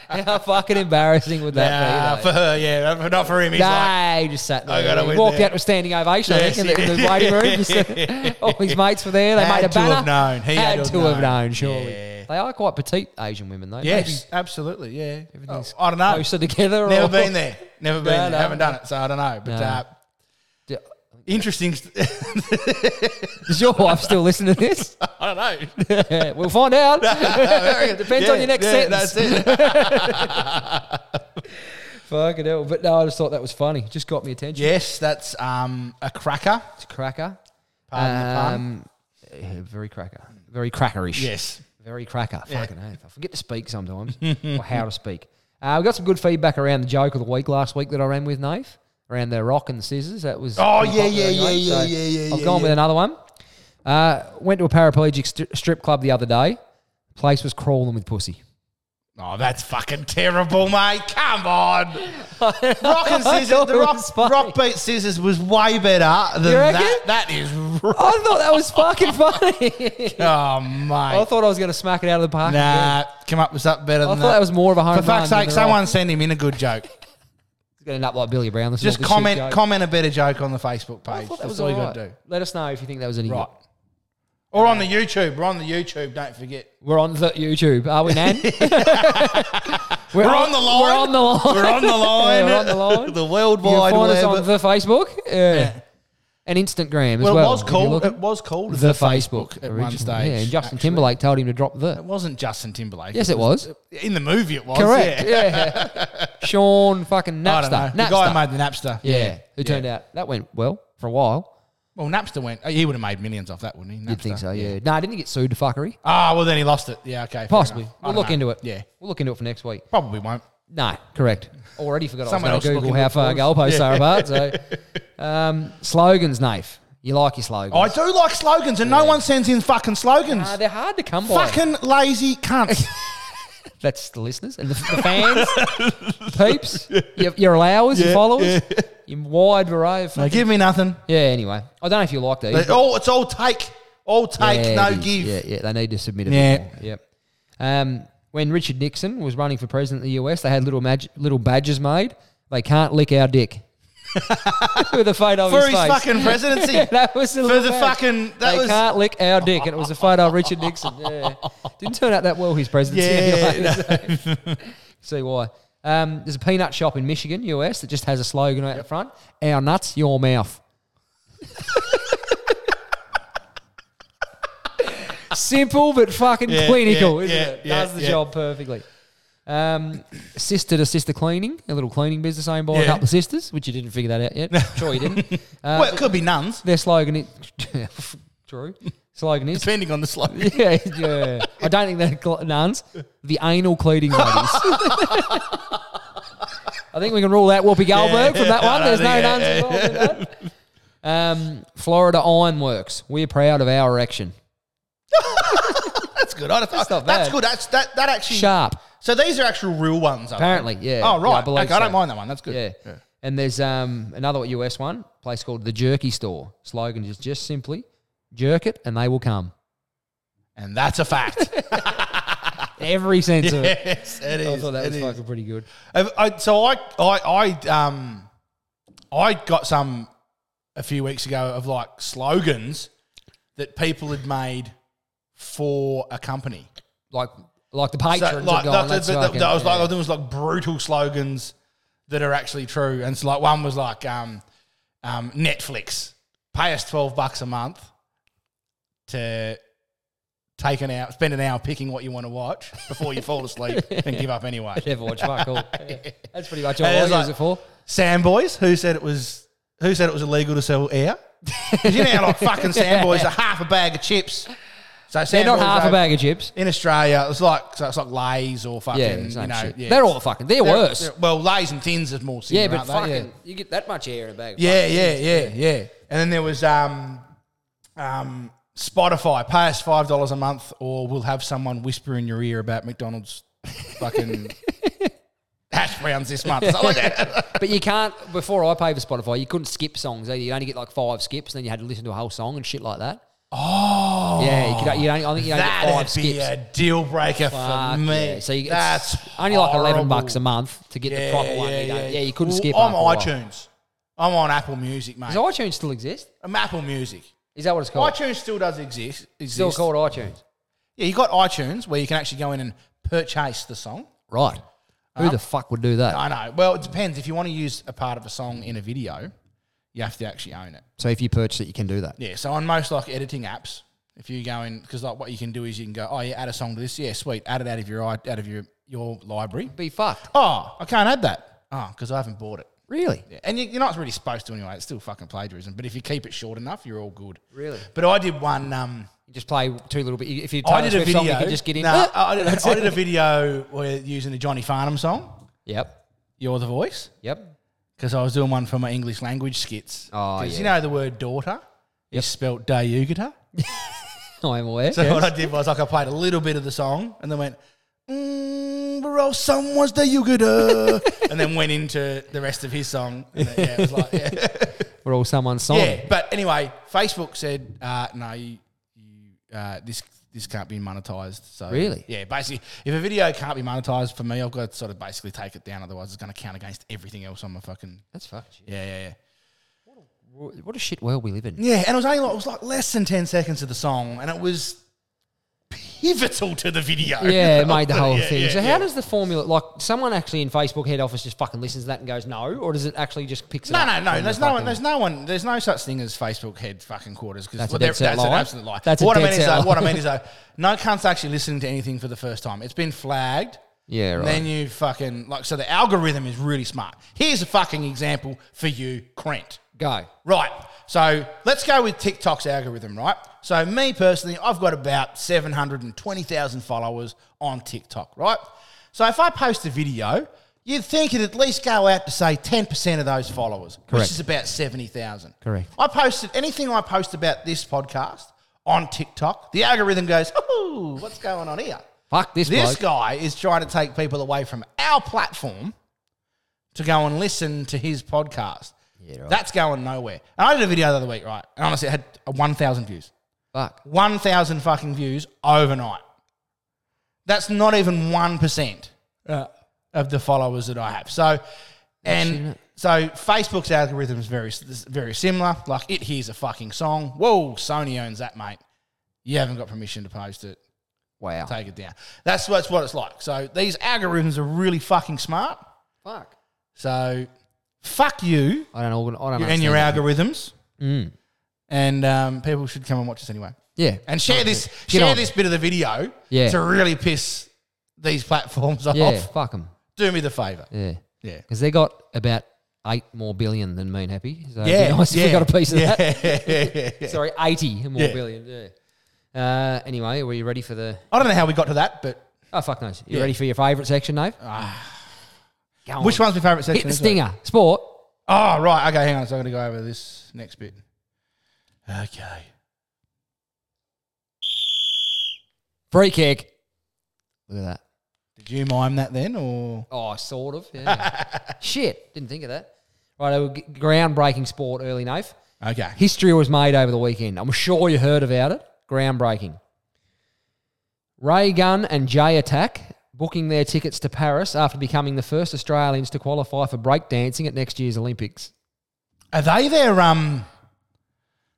Speaker 2: How fucking embarrassing would
Speaker 1: Nah,
Speaker 2: (laughs) that be?
Speaker 1: for her, yeah. but Not for him. He's
Speaker 2: They
Speaker 1: like,
Speaker 2: just sat there.
Speaker 1: I gotta
Speaker 2: He
Speaker 1: win
Speaker 2: walked
Speaker 1: there.
Speaker 2: out with standing ovation,
Speaker 1: Yes,
Speaker 2: I think, in the, in
Speaker 1: (laughs)
Speaker 2: the
Speaker 1: yeah.
Speaker 2: waiting room.
Speaker 1: (laughs)
Speaker 2: Just- all his mates were there. They
Speaker 1: Had
Speaker 2: made a
Speaker 1: to have
Speaker 2: banner.
Speaker 1: known. He had to have known.
Speaker 2: have known, surely.
Speaker 1: Yeah.
Speaker 2: They are quite petite Asian women, though.
Speaker 1: yes, absolutely, yeah. Oh,
Speaker 2: Everything's
Speaker 1: I don't know.
Speaker 2: Maybe closer together.
Speaker 1: Never
Speaker 2: or-
Speaker 1: been there. Never been
Speaker 2: No,
Speaker 1: there.
Speaker 2: no.
Speaker 1: Haven't done it, so I don't know. But
Speaker 2: No.
Speaker 1: uh, interesting. st-
Speaker 2: (laughs)
Speaker 1: (laughs)
Speaker 2: Does your wife still listen to this? (laughs)
Speaker 1: I don't know. (laughs)
Speaker 2: we'll find out. Depends
Speaker 1: Yeah,
Speaker 2: on your next
Speaker 1: yeah,
Speaker 2: sentence.
Speaker 1: That's it.
Speaker 2: Fucking hell. But no, I just thought that was funny. Just got me attention.
Speaker 1: yes, that's um, a cracker.
Speaker 2: It's cracker.
Speaker 1: Pardon the
Speaker 2: Um,
Speaker 1: pun.
Speaker 2: yeah, very cracker. Very crackerish.
Speaker 1: Yes.
Speaker 2: Very cracker. Fucking hell. I forget to
Speaker 1: (laughs)
Speaker 2: speak sometimes or how to speak. Uh, we got some good feedback around the joke of the week last week that I ran with Nath around the rock and scissors. That was.
Speaker 1: Oh,
Speaker 2: pretty
Speaker 1: yeah,
Speaker 2: popular
Speaker 1: yeah,
Speaker 2: anyway.
Speaker 1: yeah, yeah, yeah, yeah,
Speaker 2: I've gone
Speaker 1: yeah.
Speaker 2: with another one. Uh, went to a paraplegic st- strip club the other day. Place was crawling with pussy.
Speaker 1: Oh, that's fucking terrible, mate. Come
Speaker 2: (laughs)
Speaker 1: on. Rock and scissors.
Speaker 2: thought
Speaker 1: The
Speaker 2: it
Speaker 1: rock,
Speaker 2: was funny.
Speaker 1: rock beat scissors was way better than
Speaker 2: You reckon?
Speaker 1: that. That is. r-
Speaker 2: I thought that was
Speaker 1: (laughs)
Speaker 2: fucking (laughs) funny.
Speaker 1: Oh,
Speaker 2: I
Speaker 1: mate.
Speaker 2: thought I was going to smack it out of the park. again.
Speaker 1: Nah, come up with something better
Speaker 2: I
Speaker 1: than
Speaker 2: thought that was more of a home
Speaker 1: For fuck's
Speaker 2: run than
Speaker 1: sake,
Speaker 2: the
Speaker 1: someone
Speaker 2: right.
Speaker 1: send him in a good
Speaker 2: (laughs)
Speaker 1: joke.
Speaker 2: It's going to end up like Billy Brown. This is
Speaker 1: Just
Speaker 2: all the
Speaker 1: comment
Speaker 2: shit joke.
Speaker 1: comment a better joke on the Facebook
Speaker 2: I
Speaker 1: page.
Speaker 2: thought that
Speaker 1: That's
Speaker 2: was
Speaker 1: all you
Speaker 2: all
Speaker 1: got
Speaker 2: right.
Speaker 1: to do.
Speaker 2: Let us know if you think that was any
Speaker 1: Right.
Speaker 2: good.
Speaker 1: Or on the YouTube. We're on the YouTube. Don't
Speaker 2: (laughs)
Speaker 1: forget.
Speaker 2: We're on the YouTube, are we, (laughs) Nan?
Speaker 1: (laughs) We're, on the line.
Speaker 2: We're on the line.
Speaker 1: We're
Speaker 2: (laughs)
Speaker 1: on the line.
Speaker 2: we're
Speaker 1: (laughs)
Speaker 2: on the line.
Speaker 1: the world
Speaker 2: You can
Speaker 1: wide
Speaker 2: find
Speaker 1: web.
Speaker 2: us on the Facebook yeah. and Instagram as well.
Speaker 1: well, it was
Speaker 2: if you
Speaker 1: called.
Speaker 2: look
Speaker 1: It was called
Speaker 2: the Facebook
Speaker 1: at one
Speaker 2: originally.
Speaker 1: stage,
Speaker 2: Yeah, and Justin
Speaker 1: actually.
Speaker 2: Timberlake told him to drop
Speaker 1: It
Speaker 2: the.
Speaker 1: wasn't Justin Timberlake.
Speaker 2: Yes, it was.
Speaker 1: In the movie, it was.
Speaker 2: Correct.
Speaker 1: yeah.
Speaker 2: Yeah.
Speaker 1: (laughs)
Speaker 2: Sean fucking
Speaker 1: I
Speaker 2: (laughs) Napster.
Speaker 1: don't know. The
Speaker 2: Napster.
Speaker 1: guy who made the Napster.
Speaker 2: yeah. Who turned out that went well for a while.
Speaker 1: Well, Napster went. He would have made millions off that, wouldn't he? Napster.
Speaker 2: You'd think so, yeah. No, I didn't he get sued to fuckery.
Speaker 1: Ah, well, then he lost it. Yeah, okay. fair
Speaker 2: Possibly.
Speaker 1: enough. I
Speaker 2: We'll
Speaker 1: don't
Speaker 2: look
Speaker 1: know.
Speaker 2: into it.
Speaker 1: Yeah,
Speaker 2: We'll look into it for next week.
Speaker 1: probably won't.
Speaker 2: No, correct. Already forgot
Speaker 1: Someone
Speaker 2: I
Speaker 1: else
Speaker 2: was going to
Speaker 1: looking
Speaker 2: Google how
Speaker 1: at
Speaker 2: far
Speaker 1: the
Speaker 2: goalposts are apart. So,
Speaker 1: (laughs)
Speaker 2: um, slogans, Nath. You like your slogans.
Speaker 1: I do like slogans, and no one sends in fucking slogans.
Speaker 2: Uh, they're hard to come by.
Speaker 1: fucking lazy
Speaker 2: (laughs)
Speaker 1: cunts.
Speaker 2: That's the listeners and the, the fans, (laughs) peeps, your, your allowers, your followers, your wide variety of
Speaker 1: They
Speaker 2: fucking-
Speaker 1: give me nothing.
Speaker 2: Yeah, anyway. I don't know if you like
Speaker 1: They-
Speaker 2: these.
Speaker 1: all, it's all take. All
Speaker 2: but-
Speaker 1: take,
Speaker 2: Yeah,
Speaker 1: no
Speaker 2: it is.
Speaker 1: give.
Speaker 2: Yeah, yeah, they need to submit it.
Speaker 1: Yeah.
Speaker 2: Yeah. Yep. Um, when Richard Nixon was running for president of the US, they had little mag- little badges made. They can't lick our dick. (laughs) With a photo of
Speaker 1: For
Speaker 2: his,
Speaker 1: his
Speaker 2: face.
Speaker 1: fucking
Speaker 2: (laughs)
Speaker 1: presidency.
Speaker 2: that was the
Speaker 1: For
Speaker 2: little
Speaker 1: the
Speaker 2: badge.
Speaker 1: fucking- that
Speaker 2: they
Speaker 1: was-
Speaker 2: can't lick our dick, and it was a photo of Richard Nixon. Yeah. Didn't turn out that well his presidency.
Speaker 1: Yeah,
Speaker 2: anyway, so- (laughs) see why. Um, there's a peanut shop in Michigan, US, that just has a slogan out the front: "Our nuts, your mouth." (laughs) Simple but fucking
Speaker 1: Yeah, yeah,
Speaker 2: clinical, isn't
Speaker 1: yeah,
Speaker 2: it?
Speaker 1: yeah,
Speaker 2: Does the
Speaker 1: yeah.
Speaker 2: job perfectly. Um, sister to sister cleaning, a little cleaning business owned by
Speaker 1: Yeah.
Speaker 2: a couple of sisters, which you didn't figure that out yet. I'm sure you didn't.
Speaker 1: (laughs)
Speaker 2: Um,
Speaker 1: Well, it could be nuns,
Speaker 2: their slogan is (laughs) true. Slogan is (laughs)
Speaker 1: depending on the slogan.
Speaker 2: yeah, yeah. I don't think they're cl- nuns. The anal cleaning ladies. (laughs) I think we can rule out Whoopi Goldberg from that
Speaker 1: yeah,
Speaker 2: one.
Speaker 1: I
Speaker 2: There's no
Speaker 1: think-
Speaker 2: nuns involved in that. Um, Florida Ironworks. We're proud of our action.
Speaker 1: That's good. I don't, that's
Speaker 2: not
Speaker 1: That's
Speaker 2: bad.
Speaker 1: good. That's that. That actually.
Speaker 2: Sharp.
Speaker 1: So these are actual real ones. are they?
Speaker 2: Apparently, yeah.
Speaker 1: Oh
Speaker 2: Yeah, I
Speaker 1: right.
Speaker 2: believe
Speaker 1: okay, I don't
Speaker 2: so.
Speaker 1: mind that one. That's good.
Speaker 2: Yeah. And there's um, another US one, place called the Jerky Store. Slogan is just simply jerk it and they will come. (laughs)
Speaker 1: And that's a fact.
Speaker 2: every sense of it.
Speaker 1: yes, it
Speaker 2: I
Speaker 1: is.
Speaker 2: thought that
Speaker 1: it
Speaker 2: was
Speaker 1: is.
Speaker 2: fucking pretty good.
Speaker 1: Uh, I, so I, I, I, um, I got some a few weeks ago of like slogans that people had made for a company.
Speaker 2: Like, like the
Speaker 1: So,
Speaker 2: patrons
Speaker 1: like,
Speaker 2: have gone,
Speaker 1: that,
Speaker 2: "That's
Speaker 1: that- that-
Speaker 2: fucking-
Speaker 1: that was like,
Speaker 2: yeah."
Speaker 1: I think it was like brutal slogans that are actually true. And it's like one was like, um, um, Netflix, pay us twelve bucks a month to take an hour, spend an hour picking what you want to watch before you fall
Speaker 2: (laughs)
Speaker 1: asleep and give up anyway.
Speaker 2: Never watch
Speaker 1: (laughs)
Speaker 2: fuck all. Yeah. That's pretty much all
Speaker 1: And
Speaker 2: I
Speaker 1: it's
Speaker 2: use
Speaker 1: like-
Speaker 2: it for.
Speaker 1: Sandboys, who said it was who said it was illegal to sell air? 'Cause you know how like fucking
Speaker 2: (laughs)
Speaker 1: Sandboys are half a bag of chips. So
Speaker 2: They're not
Speaker 1: Sandboys
Speaker 2: half a
Speaker 1: over-
Speaker 2: bag of chips.
Speaker 1: in Australia. It's like so it's like Lays or fucking
Speaker 2: Yeah,
Speaker 1: you know yeah,
Speaker 2: they're
Speaker 1: it's-
Speaker 2: all fucking. They're,
Speaker 1: they're-
Speaker 2: worse.
Speaker 1: they're- well, Lays and Thins is more similar,
Speaker 2: yeah, but
Speaker 1: aren't they?
Speaker 2: fucking, you get that much air in a bag.
Speaker 1: yeah, yeah, yeah, yeah. And then there was um, um, Spotify. Pay us five dollars a month, or we'll have someone whisper in your ear about McDonald's
Speaker 2: (laughs)
Speaker 1: fucking hash browns this month. Something like that.
Speaker 2: But you can't. Before I paid for Spotify, you couldn't skip songs either. You only get like five skips, and then you had to listen to a whole song and shit like that.
Speaker 1: Oh,
Speaker 2: Yeah, you could. You only, I think you only get
Speaker 1: That'd
Speaker 2: five
Speaker 1: be
Speaker 2: skips.
Speaker 1: a deal breaker
Speaker 2: Fuck
Speaker 1: for me.
Speaker 2: yeah. So you,
Speaker 1: That's
Speaker 2: it's only like eleven
Speaker 1: horrible.
Speaker 2: bucks a month to get the proper one. you don't- Yeah, you, couldn't
Speaker 1: Well,
Speaker 2: skip.
Speaker 1: I'm
Speaker 2: after a while.
Speaker 1: iTunes. I'm on Apple Music, mate.
Speaker 2: Does iTunes still exist?
Speaker 1: Um, Apple Music.
Speaker 2: Is that what it's called?
Speaker 1: iTunes still does exist.
Speaker 2: Oh.
Speaker 1: exist.
Speaker 2: It's still called iTunes.
Speaker 1: Yeah, you got iTunes where you can actually go in and purchase the song.
Speaker 2: Right. Who the fuck would do that?
Speaker 1: I know. Well, it depends. If you want to use a part of a song in a video, you have to actually own it.
Speaker 2: So if you purchase it, you can do that.
Speaker 1: Yeah. So on most like editing apps, if you go in, because like what you can do is you can go, oh yeah, add a song to this. Yeah, sweet. Add it out of your i- out of your your library.
Speaker 2: Be fucked.
Speaker 1: Oh, I can't add that. Oh, because I haven't bought it.
Speaker 2: Really?
Speaker 1: Yeah, and you, you're not really supposed to anyway. It's still fucking plagiarism. But if you keep it short enough, you're all good.
Speaker 2: Really?
Speaker 1: But I did one. Um,
Speaker 2: You just play two little bit. If you
Speaker 1: I did a video.
Speaker 2: you can just get in.
Speaker 1: Nah, Uh, I, I did, I did a video where using a Johnny Farnham song,
Speaker 2: Yep.
Speaker 1: "You're the Voice,"
Speaker 2: (laughs) Yep.
Speaker 1: because I was doing one for my English language skits.
Speaker 2: Oh,
Speaker 1: 'Cause you
Speaker 2: yeah.
Speaker 1: know the word daughter is spelt (laughs) Dayugata.
Speaker 2: I am aware.
Speaker 1: So
Speaker 2: yes.
Speaker 1: what I did was like I played a little bit of the song and then went, mm, "Bro, someone's Dayugata," (laughs) and then went into the rest of his song. And then, yeah, it was like, yeah. (laughs)
Speaker 2: We're all someone's song.
Speaker 1: Yeah, but anyway, Facebook said uh, no, you, you uh, this this can't be monetized. So
Speaker 2: Really?
Speaker 1: yeah, basically, if a video can't be monetized for me, I've got to sort of basically take it down. Otherwise, it's going to count against everything else on my fucking
Speaker 2: That's fucked. shit.
Speaker 1: yeah, yeah, yeah.
Speaker 2: Wh- What a shit world we live in.
Speaker 1: Yeah, and it was only like, it was like less than ten seconds of the song, and it was pivotal to the video. (laughs)
Speaker 2: Yeah, it made the
Speaker 1: (laughs)
Speaker 2: whole
Speaker 1: Yeah,
Speaker 2: thing.
Speaker 1: yeah,
Speaker 2: so how
Speaker 1: yeah.
Speaker 2: does the formula like someone actually in Facebook head office just fucking listens to that and goes no, or does it actually just picks it
Speaker 1: No,
Speaker 2: up?
Speaker 1: no, no.
Speaker 2: from
Speaker 1: There's
Speaker 2: the
Speaker 1: no one.
Speaker 2: fucking-
Speaker 1: There's no one. There's no such thing as Facebook head fucking quarters because
Speaker 2: That's a dead set
Speaker 1: that's an
Speaker 2: lie.
Speaker 1: absolute lie.
Speaker 2: That's a
Speaker 1: what I
Speaker 2: dead
Speaker 1: mean is
Speaker 2: set
Speaker 1: though, what I
Speaker 2: lie.
Speaker 1: mean is though, no cunt's actually listening to anything for the first time. It's been flagged.
Speaker 2: Yeah,
Speaker 1: And
Speaker 2: right.
Speaker 1: then you fucking like so the algorithm is really smart. Here's a fucking example for you, Crent.
Speaker 2: go.
Speaker 1: Right. So let's go with TikTok's algorithm, right? So me personally, I've got about 720,000 followers on TikTok, right? So if I post a video, you'd think it'd at least go out to say 10% of those followers,
Speaker 2: Correct.
Speaker 1: which is about 70,000.
Speaker 2: Correct.
Speaker 1: I posted anything I post about this podcast on TikTok, the algorithm goes, "Ooh, what's going on here?"
Speaker 2: Fuck this,
Speaker 1: This
Speaker 2: bloke.
Speaker 1: guy is trying to take people away from our platform to go and listen to his podcast.
Speaker 2: Yeah, right.
Speaker 1: That's going nowhere. And I did a video the other week, right? And honestly, it had 1,000 views.
Speaker 2: Fuck.
Speaker 1: 1,000 fucking views overnight. That's not even 1%
Speaker 2: Uh.
Speaker 1: of the followers that I have. So, and so Facebook's algorithm is very, is very similar. Like it hears a fucking song. Whoa, Sony owns that, mate. You haven't got permission to post it
Speaker 2: Wow.
Speaker 1: take it down. That's that's what it's like. So these algorithms are really fucking smart.
Speaker 2: Fuck.
Speaker 1: So fuck you
Speaker 2: I don't know. I don't know.
Speaker 1: and your algorithms.
Speaker 2: Mm.
Speaker 1: And um, people should come and watch us anyway.
Speaker 2: Yeah.
Speaker 1: And share this
Speaker 2: Get
Speaker 1: share
Speaker 2: on.
Speaker 1: this bit of the video
Speaker 2: Yeah.
Speaker 1: to really piss these platforms off.
Speaker 2: Yeah. Fuck 'em.
Speaker 1: Do me the favour.
Speaker 2: Yeah.
Speaker 1: Yeah.
Speaker 2: Because they got about eight more billion than me and Happy. So
Speaker 1: Yeah,
Speaker 2: yeah. (laughs) Nice if
Speaker 1: yeah,
Speaker 2: we got a piece of that.
Speaker 1: Yeah. (laughs)
Speaker 2: Sorry, eighty more
Speaker 1: Yeah.
Speaker 2: billion. Yeah. Uh, anyway, were you ready for the?
Speaker 1: I don't know how we got to that, but
Speaker 2: Oh fuck knows. You
Speaker 1: Yeah. Ah.
Speaker 2: ready for your favourite section, Nave? Go on.
Speaker 1: which one's my favourite
Speaker 2: Hit
Speaker 1: section?
Speaker 2: the
Speaker 1: this week?
Speaker 2: stinger. Sport.
Speaker 1: Oh, right. Okay, hang on. So I'm going to go over this next bit. Okay.
Speaker 2: Free kick. Look at that.
Speaker 1: Did you mime that then, or
Speaker 2: Oh, sort of. Yeah. (laughs) Shit, didn't think of that. Right, a g- groundbreaking sport early, Nath.
Speaker 1: okay?
Speaker 2: History was made over the weekend. I'm sure you heard about it. Groundbreaking. Ray Gunn and Jay Attack booking their tickets to Paris after becoming the first Australians to qualify for breakdancing at next year's Olympics.
Speaker 1: Are they their um?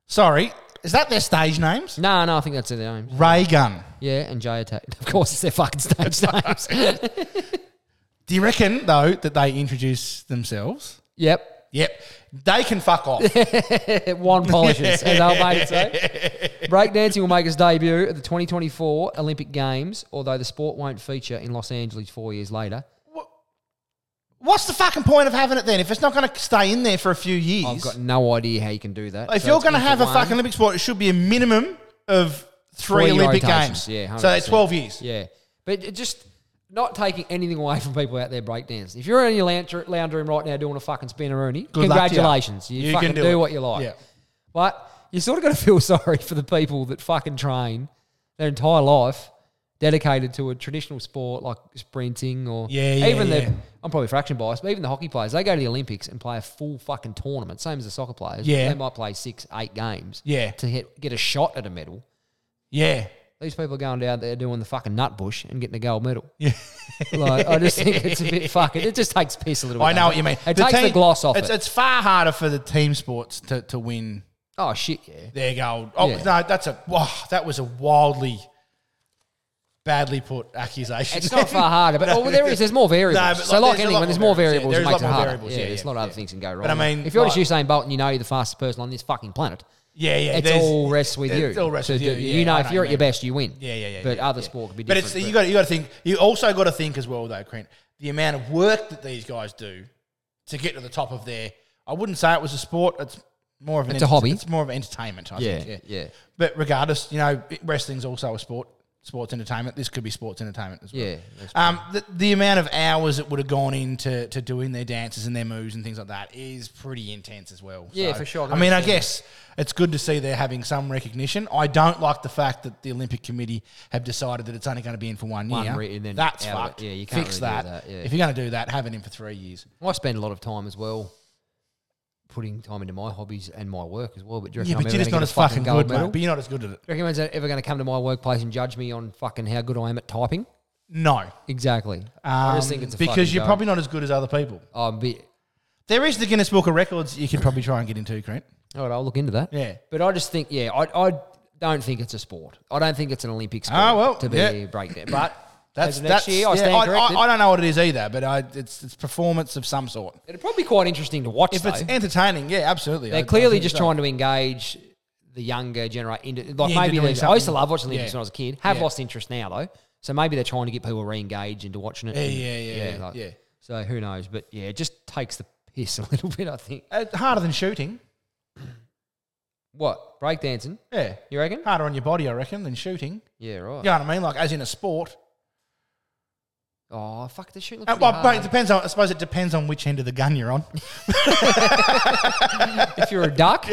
Speaker 1: Sorry, is that their stage names?
Speaker 2: No, no, I think that's their names.
Speaker 1: Ray Gun.
Speaker 2: Yeah, and Jay Attack. (laughs) Of course, it's their fucking stage
Speaker 1: (laughs)
Speaker 2: names. (laughs)
Speaker 1: Do you reckon though that they introduce themselves?
Speaker 2: yep. (laughs)
Speaker 1: Yep, they can fuck off.
Speaker 2: One polishes, as our mate say.
Speaker 1: (laughs)
Speaker 2: Breakdancing will make its debut at the 2024 Olympic Games, although the sport won't feature in Los Angeles four years later.
Speaker 1: What's the fucking point of having it then if it's not going to stay in there for a few years?
Speaker 2: I've got no idea how you can do that.
Speaker 1: if
Speaker 2: So
Speaker 1: you're
Speaker 2: it's
Speaker 1: going to
Speaker 2: in for
Speaker 1: have a
Speaker 2: one.
Speaker 1: fucking Olympic sport, it should be a minimum of three
Speaker 2: Four-year
Speaker 1: Olympic games.
Speaker 2: rotations, yeah,
Speaker 1: so that's
Speaker 2: 100%.
Speaker 1: twelve years.
Speaker 2: Yeah, but it just not taking anything away from people out there breakdancing. If you're in your lounge, lounge room right now doing a fucking spinneroonie,
Speaker 1: Good luck to you.
Speaker 2: congratulations, you,
Speaker 1: You can
Speaker 2: fucking
Speaker 1: do
Speaker 2: do,
Speaker 1: it.
Speaker 2: what you like.
Speaker 1: Yeah.
Speaker 2: But you sort of got to (laughs) feel sorry for the people that fucking train their entire life dedicated to a traditional sport like sprinting or
Speaker 1: Yeah, yeah,
Speaker 2: even
Speaker 1: yeah.
Speaker 2: the I'm probably fraction biased, but even the hockey players they go to the Olympics and play a full fucking tournament, same as the soccer players.
Speaker 1: Yeah.
Speaker 2: they might play six, eight games.
Speaker 1: Yeah.
Speaker 2: to hit, get a shot at a medal.
Speaker 1: Yeah,
Speaker 2: These people are going down there doing the fucking nut bush and getting a gold
Speaker 1: (laughs)
Speaker 2: medal. Yeah. like, I just think it's a bit fucking, it just takes piss a little bit.
Speaker 1: I know
Speaker 2: doesn't
Speaker 1: what you mean.
Speaker 2: It takes the
Speaker 1: team-
Speaker 2: gloss off
Speaker 1: It's,
Speaker 2: it.
Speaker 1: it's far harder for the team sports to, to win
Speaker 2: oh, shit, yeah.
Speaker 1: their gold. Oh
Speaker 2: Yeah.
Speaker 1: no, that's a wow, that was a wildly badly put accusation. (laughs)
Speaker 2: It's not far harder, but
Speaker 1: No.
Speaker 2: oh, there is, there's more variables.
Speaker 1: No, but,
Speaker 2: so,
Speaker 1: like,
Speaker 2: like
Speaker 1: there's a
Speaker 2: anything,
Speaker 1: lot
Speaker 2: when there's
Speaker 1: more
Speaker 2: more
Speaker 1: variables.
Speaker 2: variables,
Speaker 1: Yeah, there is a
Speaker 2: it makes it
Speaker 1: lot more
Speaker 2: harder.
Speaker 1: variables.
Speaker 2: yeah,
Speaker 1: Yeah,
Speaker 2: there's
Speaker 1: yeah,
Speaker 2: a lot of
Speaker 1: yeah.
Speaker 2: other things that can go wrong.
Speaker 1: But I mean,
Speaker 2: if you're
Speaker 1: like-
Speaker 2: just Usain Bolt and you know you're the fastest person on this fucking planet,
Speaker 1: yeah, yeah.
Speaker 2: it's
Speaker 1: there's-
Speaker 2: all rests with you.
Speaker 1: It all rests
Speaker 2: to
Speaker 1: with you.
Speaker 2: do-
Speaker 1: yeah,
Speaker 2: know,
Speaker 1: I
Speaker 2: if you're at
Speaker 1: what you
Speaker 2: your
Speaker 1: mean.
Speaker 2: best, you win.
Speaker 1: Yeah, yeah, yeah.
Speaker 2: But
Speaker 1: yeah,
Speaker 2: other
Speaker 1: yeah.
Speaker 2: sport could be
Speaker 1: But
Speaker 2: different.
Speaker 1: it's you got you got to think. You also got to think as well though, Clint. The amount of work that these guys do to get to the top of their. I wouldn't say it was a sport. It's more of an
Speaker 2: It's a hobby.
Speaker 1: It's more of an entertainment. I
Speaker 2: yeah,
Speaker 1: think.
Speaker 2: yeah,
Speaker 1: Yeah. But regardless, you know, wrestling's also a sport, sports entertainment. This could be sports entertainment as well.
Speaker 2: Yeah, that's
Speaker 1: Um, the, the amount of hours that would have gone into to doing their dances and their moves and things like that is pretty intense as well.
Speaker 2: Yeah, for sure. I
Speaker 1: I mean, I
Speaker 2: understand
Speaker 1: guess it's good to see they're having some recognition. I don't like the fact that the Olympic Committee have decided that it's only going to be in for one,
Speaker 2: One
Speaker 1: year.
Speaker 2: re- and then
Speaker 1: That's
Speaker 2: out of it.
Speaker 1: fucked.
Speaker 2: Yeah, you can't
Speaker 1: Fix
Speaker 2: really do
Speaker 1: that.
Speaker 2: that, yeah.
Speaker 1: If you're going to do that, have it in for three years.
Speaker 2: I spend a lot of time as well putting time into my hobbies and my work as well. But do you reckon
Speaker 1: yeah,
Speaker 2: I'm
Speaker 1: but
Speaker 2: ever
Speaker 1: you're just
Speaker 2: gonna
Speaker 1: not
Speaker 2: get
Speaker 1: as
Speaker 2: a
Speaker 1: fucking
Speaker 2: gold
Speaker 1: good,
Speaker 2: medal?
Speaker 1: mate. But you're not as good at it.
Speaker 2: Do you reckon anyone's ever going to come to my workplace and judge me on fucking how good I am at typing?
Speaker 1: No,
Speaker 2: Exactly. I just think
Speaker 1: Um,
Speaker 2: it's a
Speaker 1: because
Speaker 2: fucking
Speaker 1: you're
Speaker 2: joke.
Speaker 1: probably not as good as other people.
Speaker 2: I'm a bit-
Speaker 1: There is the Guinness Book of Records you could probably try and get into, Clint.
Speaker 2: all right, I'll look into that.
Speaker 1: Yeah.
Speaker 2: but I just think, yeah, I, I don't think it's a sport. I don't think it's an Olympic sport.
Speaker 1: Ah, well,
Speaker 2: to be
Speaker 1: yeah.
Speaker 2: a (clears throat) breakdown, but
Speaker 1: But that's
Speaker 2: As of next
Speaker 1: that's
Speaker 2: year, I stand
Speaker 1: I,
Speaker 2: corrected.
Speaker 1: I, I don't know what it is either, but I, it's it's performance of some sort.
Speaker 2: it'd probably be quite interesting to watch.
Speaker 1: If
Speaker 2: though.
Speaker 1: it's entertaining, yeah, absolutely.
Speaker 2: They're clearly just trying to engage the younger generation. Into, like
Speaker 1: Yeah, into
Speaker 2: maybe
Speaker 1: doing
Speaker 2: there's- I used to
Speaker 1: something.
Speaker 2: love watching the Olympics
Speaker 1: Yeah.
Speaker 2: when I was a kid. Have
Speaker 1: Yeah.
Speaker 2: lost interest now though, so maybe they're trying to get people re-engaged into watching it.
Speaker 1: Yeah,
Speaker 2: and-
Speaker 1: yeah, yeah, yeah, yeah.
Speaker 2: So who knows? But yeah, it just takes the piss (laughs) a little bit. I think.
Speaker 1: to uh, harder than shooting.
Speaker 2: What breakdancing?
Speaker 1: Yeah,
Speaker 2: You reckon?
Speaker 1: harder on your body, I reckon, than shooting.
Speaker 2: Yeah, right.
Speaker 1: You know what I mean? Like as in a sport.
Speaker 2: Oh fuck, the shooting. Looks
Speaker 1: Uh,
Speaker 2: pretty
Speaker 1: well, but it
Speaker 2: hard.
Speaker 1: depends on. I suppose it depends on which end of the gun
Speaker 2: (laughs)
Speaker 1: you're on.
Speaker 2: if you're a
Speaker 1: (laughs)
Speaker 2: duck,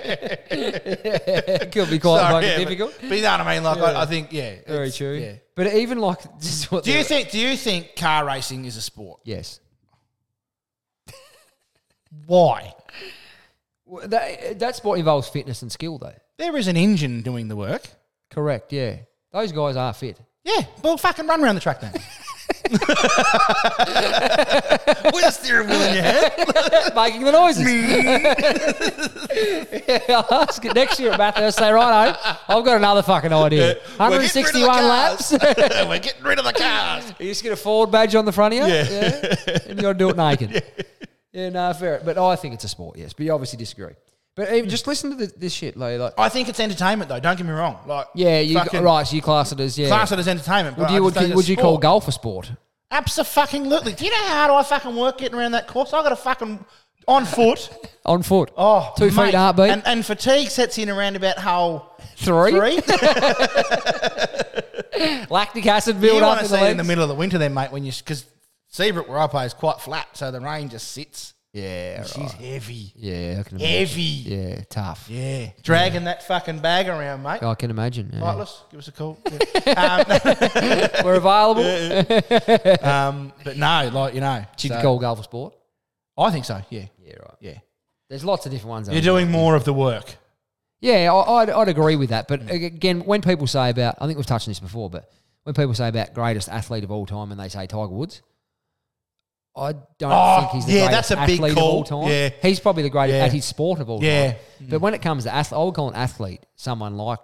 Speaker 2: it (laughs) could be quite
Speaker 1: Sorry,
Speaker 2: fucking
Speaker 1: yeah, but-
Speaker 2: difficult.
Speaker 1: But, you know what I mean? Like I, I think, yeah,
Speaker 2: Very
Speaker 1: it's-
Speaker 2: true.
Speaker 1: Yeah.
Speaker 2: But even like, (laughs) just what
Speaker 1: Do you
Speaker 2: they're-
Speaker 1: think? Do you think car racing is a sport?
Speaker 2: Yes.
Speaker 1: Why?
Speaker 2: Well, that, that sport involves fitness and skill, though.
Speaker 1: There is an engine doing the work.
Speaker 2: Correct. Yeah, those guys are fit.
Speaker 1: Yeah, well, fucking run around the track (laughs) then. With a steering wheel in your hand.
Speaker 2: making the noises. (laughs) yeah, I'll ask it next year at Bathurst. Say, righto, I've got another fucking idea. 161
Speaker 1: (laughs)
Speaker 2: laps. (laughs)
Speaker 1: We're getting rid of the cars.
Speaker 2: You just get a forward badge on the front of you,
Speaker 1: Yeah.
Speaker 2: and you're do it
Speaker 1: (laughs)
Speaker 2: naked. yeah. no, fair. But I think it's a sport, yes. But you obviously disagree. But even, just listen to this, this shit, like, like
Speaker 1: I think it's entertainment though. Don't get me wrong. Like,
Speaker 2: yeah, you
Speaker 1: fucking
Speaker 2: right. So you class it as yeah.
Speaker 1: Class it as entertainment.
Speaker 2: would
Speaker 1: but I
Speaker 2: you
Speaker 1: just
Speaker 2: would,
Speaker 1: think
Speaker 2: you,
Speaker 1: it's
Speaker 2: would you call
Speaker 1: sport.
Speaker 2: golf a sport?
Speaker 1: Absolutely. Do you know how hard I fucking work getting around that course? I got a fucking on
Speaker 2: (laughs)
Speaker 1: foot.
Speaker 2: On foot.
Speaker 1: Oh,
Speaker 2: Two feet
Speaker 1: mate.
Speaker 2: heartbeat.
Speaker 1: and, and fatigue sets in around about hole
Speaker 2: three. (laughs)
Speaker 1: three.
Speaker 2: Lactic acid build
Speaker 1: you
Speaker 2: up
Speaker 1: want to
Speaker 2: in
Speaker 1: see
Speaker 2: the
Speaker 1: it in the
Speaker 2: legs.
Speaker 1: middle of the winter, then, mate, when you because Seabrook where I play is quite flat, so the rain just sits.
Speaker 2: Yeah, right.
Speaker 1: She's heavy,
Speaker 2: yeah, I can imagine.
Speaker 1: heavy.
Speaker 2: Yeah, tough. Oh,
Speaker 1: Yeah, dragging that fucking bag around, mate.
Speaker 2: I can imagine. yeah.
Speaker 1: Lightless, give us a (laughs) call.
Speaker 2: Um, (laughs)
Speaker 1: Yeah.
Speaker 2: We're available. Do
Speaker 1: um, um, but no, like you know,
Speaker 2: you
Speaker 1: so-
Speaker 2: call golf a sport?
Speaker 1: I think so. Yeah,
Speaker 2: Yeah, right.
Speaker 1: yeah.
Speaker 2: There's lots of different ones. out
Speaker 1: You're
Speaker 2: there.
Speaker 1: doing more of the work.
Speaker 2: Yeah, I, I'd, I'd agree with that. But ag- again, when people say about, I think we've touched on this before, but when people say about greatest athlete of all time and they say Tiger Woods, I don't
Speaker 1: Oh,
Speaker 2: think he's the
Speaker 1: yeah,
Speaker 2: greatest
Speaker 1: that's a big
Speaker 2: athlete of all
Speaker 1: call.
Speaker 2: time.
Speaker 1: Yeah.
Speaker 2: He's probably the greatest
Speaker 1: Yeah.
Speaker 2: at his sport of all
Speaker 1: Yeah.
Speaker 2: time. But when it comes to athlete, I would call an athlete someone like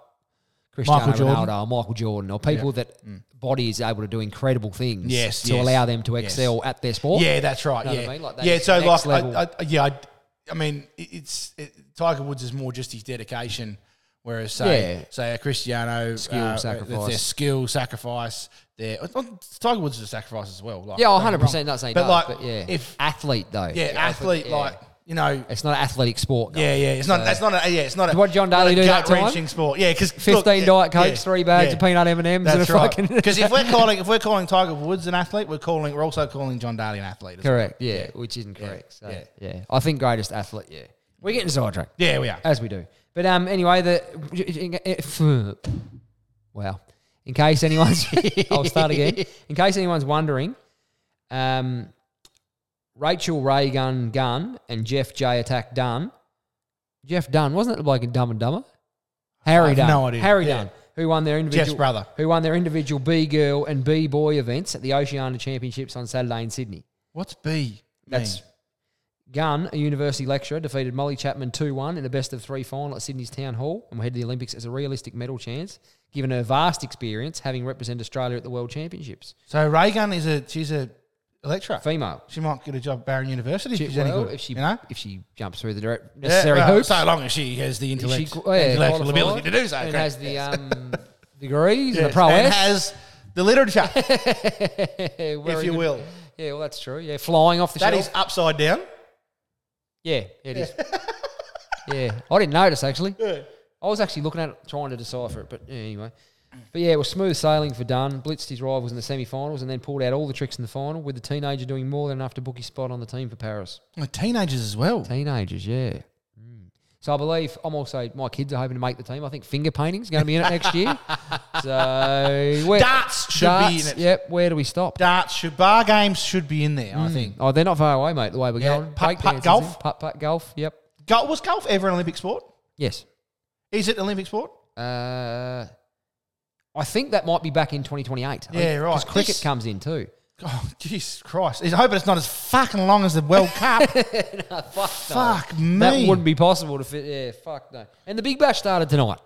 Speaker 2: Cristiano
Speaker 1: Michael Jordan. Mm.
Speaker 2: Ronaldo or Michael Jordan or people that body is able to do incredible things
Speaker 1: Yes,
Speaker 2: to
Speaker 1: yes,
Speaker 2: allow them to
Speaker 1: yes.
Speaker 2: excel at their sport.
Speaker 1: Yeah, that's right.
Speaker 2: Know what
Speaker 1: yeah,
Speaker 2: I mean? Like, that
Speaker 1: yeah.
Speaker 2: is
Speaker 1: So
Speaker 2: next
Speaker 1: like,
Speaker 2: level.
Speaker 1: I, I, yeah, I, I mean, it- it's it, Tiger Woods is more just his dedication, whereas say
Speaker 2: Yeah.
Speaker 1: say a Cristiano
Speaker 2: Skill,
Speaker 1: it's
Speaker 2: sacrifice.
Speaker 1: their skill, sacrifice. Their uh, Tiger Woods is a sacrifice as well. Like,
Speaker 2: Yeah,
Speaker 1: don't get me
Speaker 2: hundred percent.
Speaker 1: wrong.
Speaker 2: Not saying,
Speaker 1: but
Speaker 2: does,
Speaker 1: like,
Speaker 2: but yeah,
Speaker 1: if
Speaker 2: athlete though,
Speaker 1: yeah, athlete,
Speaker 2: yeah.
Speaker 1: like you know.
Speaker 2: it's not an athletic sport. guys.
Speaker 1: Yeah, yeah, it's not. That's not a. Yeah, it's not a.
Speaker 2: What did John
Speaker 1: not a
Speaker 2: Daly do that time?
Speaker 1: gut-wrenching sport. Yeah, because
Speaker 2: Fifteen diet cokes, three bags of peanut M and M's, and a
Speaker 1: That's right.
Speaker 2: fucking (laughs)
Speaker 1: Because if we're calling if we're calling Tiger Woods an athlete, we're calling we're also calling John Daly an athlete. as well.
Speaker 2: correct, yeah, which isn't correct. So, yeah.
Speaker 1: yeah.
Speaker 2: I think greatest athlete. Yeah, we're getting sidetracked
Speaker 1: Yeah, we are.
Speaker 2: as we do. But um, anyway, the if, wow. In case anyone's, (laughs) I'll start again. In case anyone's wondering, um, Rachel Ray Gun Gun and Jeff J Attack Dunn. Jeff Dunn wasn't it the bloke in Dumb and Dumber? Harry
Speaker 1: have
Speaker 2: Dunn.
Speaker 1: no idea.
Speaker 2: Harry
Speaker 1: Yeah.
Speaker 2: Dunn, who won their individual
Speaker 1: Jeff's brother.
Speaker 2: who won their individual B girl and B boy events at the Oceania Championships on Saturday in Sydney.
Speaker 1: What's B?
Speaker 2: That's
Speaker 1: mean?
Speaker 2: Gunn, a university lecturer, defeated Molly Chapman 2 1 in a best of three final at Sydney's Town Hall and will head to the Olympics as a realistic medal chance, given her vast experience having represented Australia at the World Championships.
Speaker 1: so Reagan is a she's a lecturer.
Speaker 2: Female.
Speaker 1: She might get a job at Barron University if she's any
Speaker 2: Well,
Speaker 1: good.
Speaker 2: if she
Speaker 1: you know,
Speaker 2: if she jumps through the direct
Speaker 1: Yeah,
Speaker 2: necessary
Speaker 1: well,
Speaker 2: hoops,
Speaker 1: so long as she has the
Speaker 2: if she
Speaker 1: intellect,
Speaker 2: qu- yeah,
Speaker 1: intellectual
Speaker 2: qualified
Speaker 1: ability to do so,
Speaker 2: and
Speaker 1: correct.
Speaker 2: has the um, degrees and
Speaker 1: Yes.
Speaker 2: a pro
Speaker 1: and
Speaker 2: S,
Speaker 1: has the
Speaker 2: (laughs)
Speaker 1: literature, if
Speaker 2: if
Speaker 1: you will.
Speaker 2: Yeah, well, that's true. Yeah, flying off the
Speaker 1: That
Speaker 2: shelf.
Speaker 1: is upside down.
Speaker 2: Yeah, it is. (laughs) yeah, I didn't notice actually. I was actually looking at it, trying to decipher it, but yeah, anyway. But yeah, it was smooth sailing for Dunn. Blitzed his rivals in the semi-finals and then pulled out all the tricks in the final. With the teenager doing more than enough to book his spot on the team for Paris.
Speaker 1: Well, teenagers as well.
Speaker 2: Teenagers, yeah. Mm. So I believe I'm also my kids are hoping to make the team. I think finger painting's going to be in it
Speaker 1: (laughs)
Speaker 2: next year. So where,
Speaker 1: Darts should be
Speaker 2: darts,
Speaker 1: in it.
Speaker 2: Yep. Where do we stop?
Speaker 1: Darts should bar games should be in there. I think.
Speaker 2: Oh, they're not far away, mate. The way we're
Speaker 1: Yeah,
Speaker 2: going.
Speaker 1: putt-putt
Speaker 2: Breakdance is in.
Speaker 1: golf?
Speaker 2: Putt putt golf. Yep.
Speaker 1: Gol was golf ever an Olympic sport?
Speaker 2: Yes.
Speaker 1: Is it an Olympic sport?
Speaker 2: Uh, I think that might be back in 2028.
Speaker 1: Yeah, right.
Speaker 2: Because cricket
Speaker 1: This-
Speaker 2: comes in too.
Speaker 1: Oh, Jesus Christ! I hope it's not as fucking long as the World
Speaker 2: (laughs)
Speaker 1: Cup. Fuck me.
Speaker 2: That wouldn't be possible to fit. Yeah, fuck no. And the Big Bash started tonight.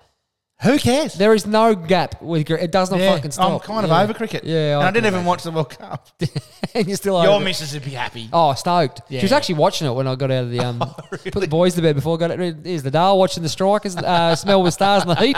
Speaker 1: Who cares?
Speaker 2: There is no gap with cri- it. Does not
Speaker 1: Yeah,
Speaker 2: fucking stop.
Speaker 1: I'm kind of
Speaker 2: Yeah.
Speaker 1: over cricket.
Speaker 2: Yeah,
Speaker 1: and I, didn't
Speaker 2: can
Speaker 1: even watch the World Cup.
Speaker 2: imagine. (laughs) and you're still
Speaker 1: Your
Speaker 2: over. it.
Speaker 1: missus would be happy.
Speaker 2: Oh, stoked. She was
Speaker 1: Yeah. Oh,
Speaker 2: actually watching it when I got out of the
Speaker 1: (laughs)
Speaker 2: um, put the boys to bed before I got out. Here's the Dale watching the strikers uh, smell with stars in
Speaker 1: (laughs)
Speaker 2: the heat.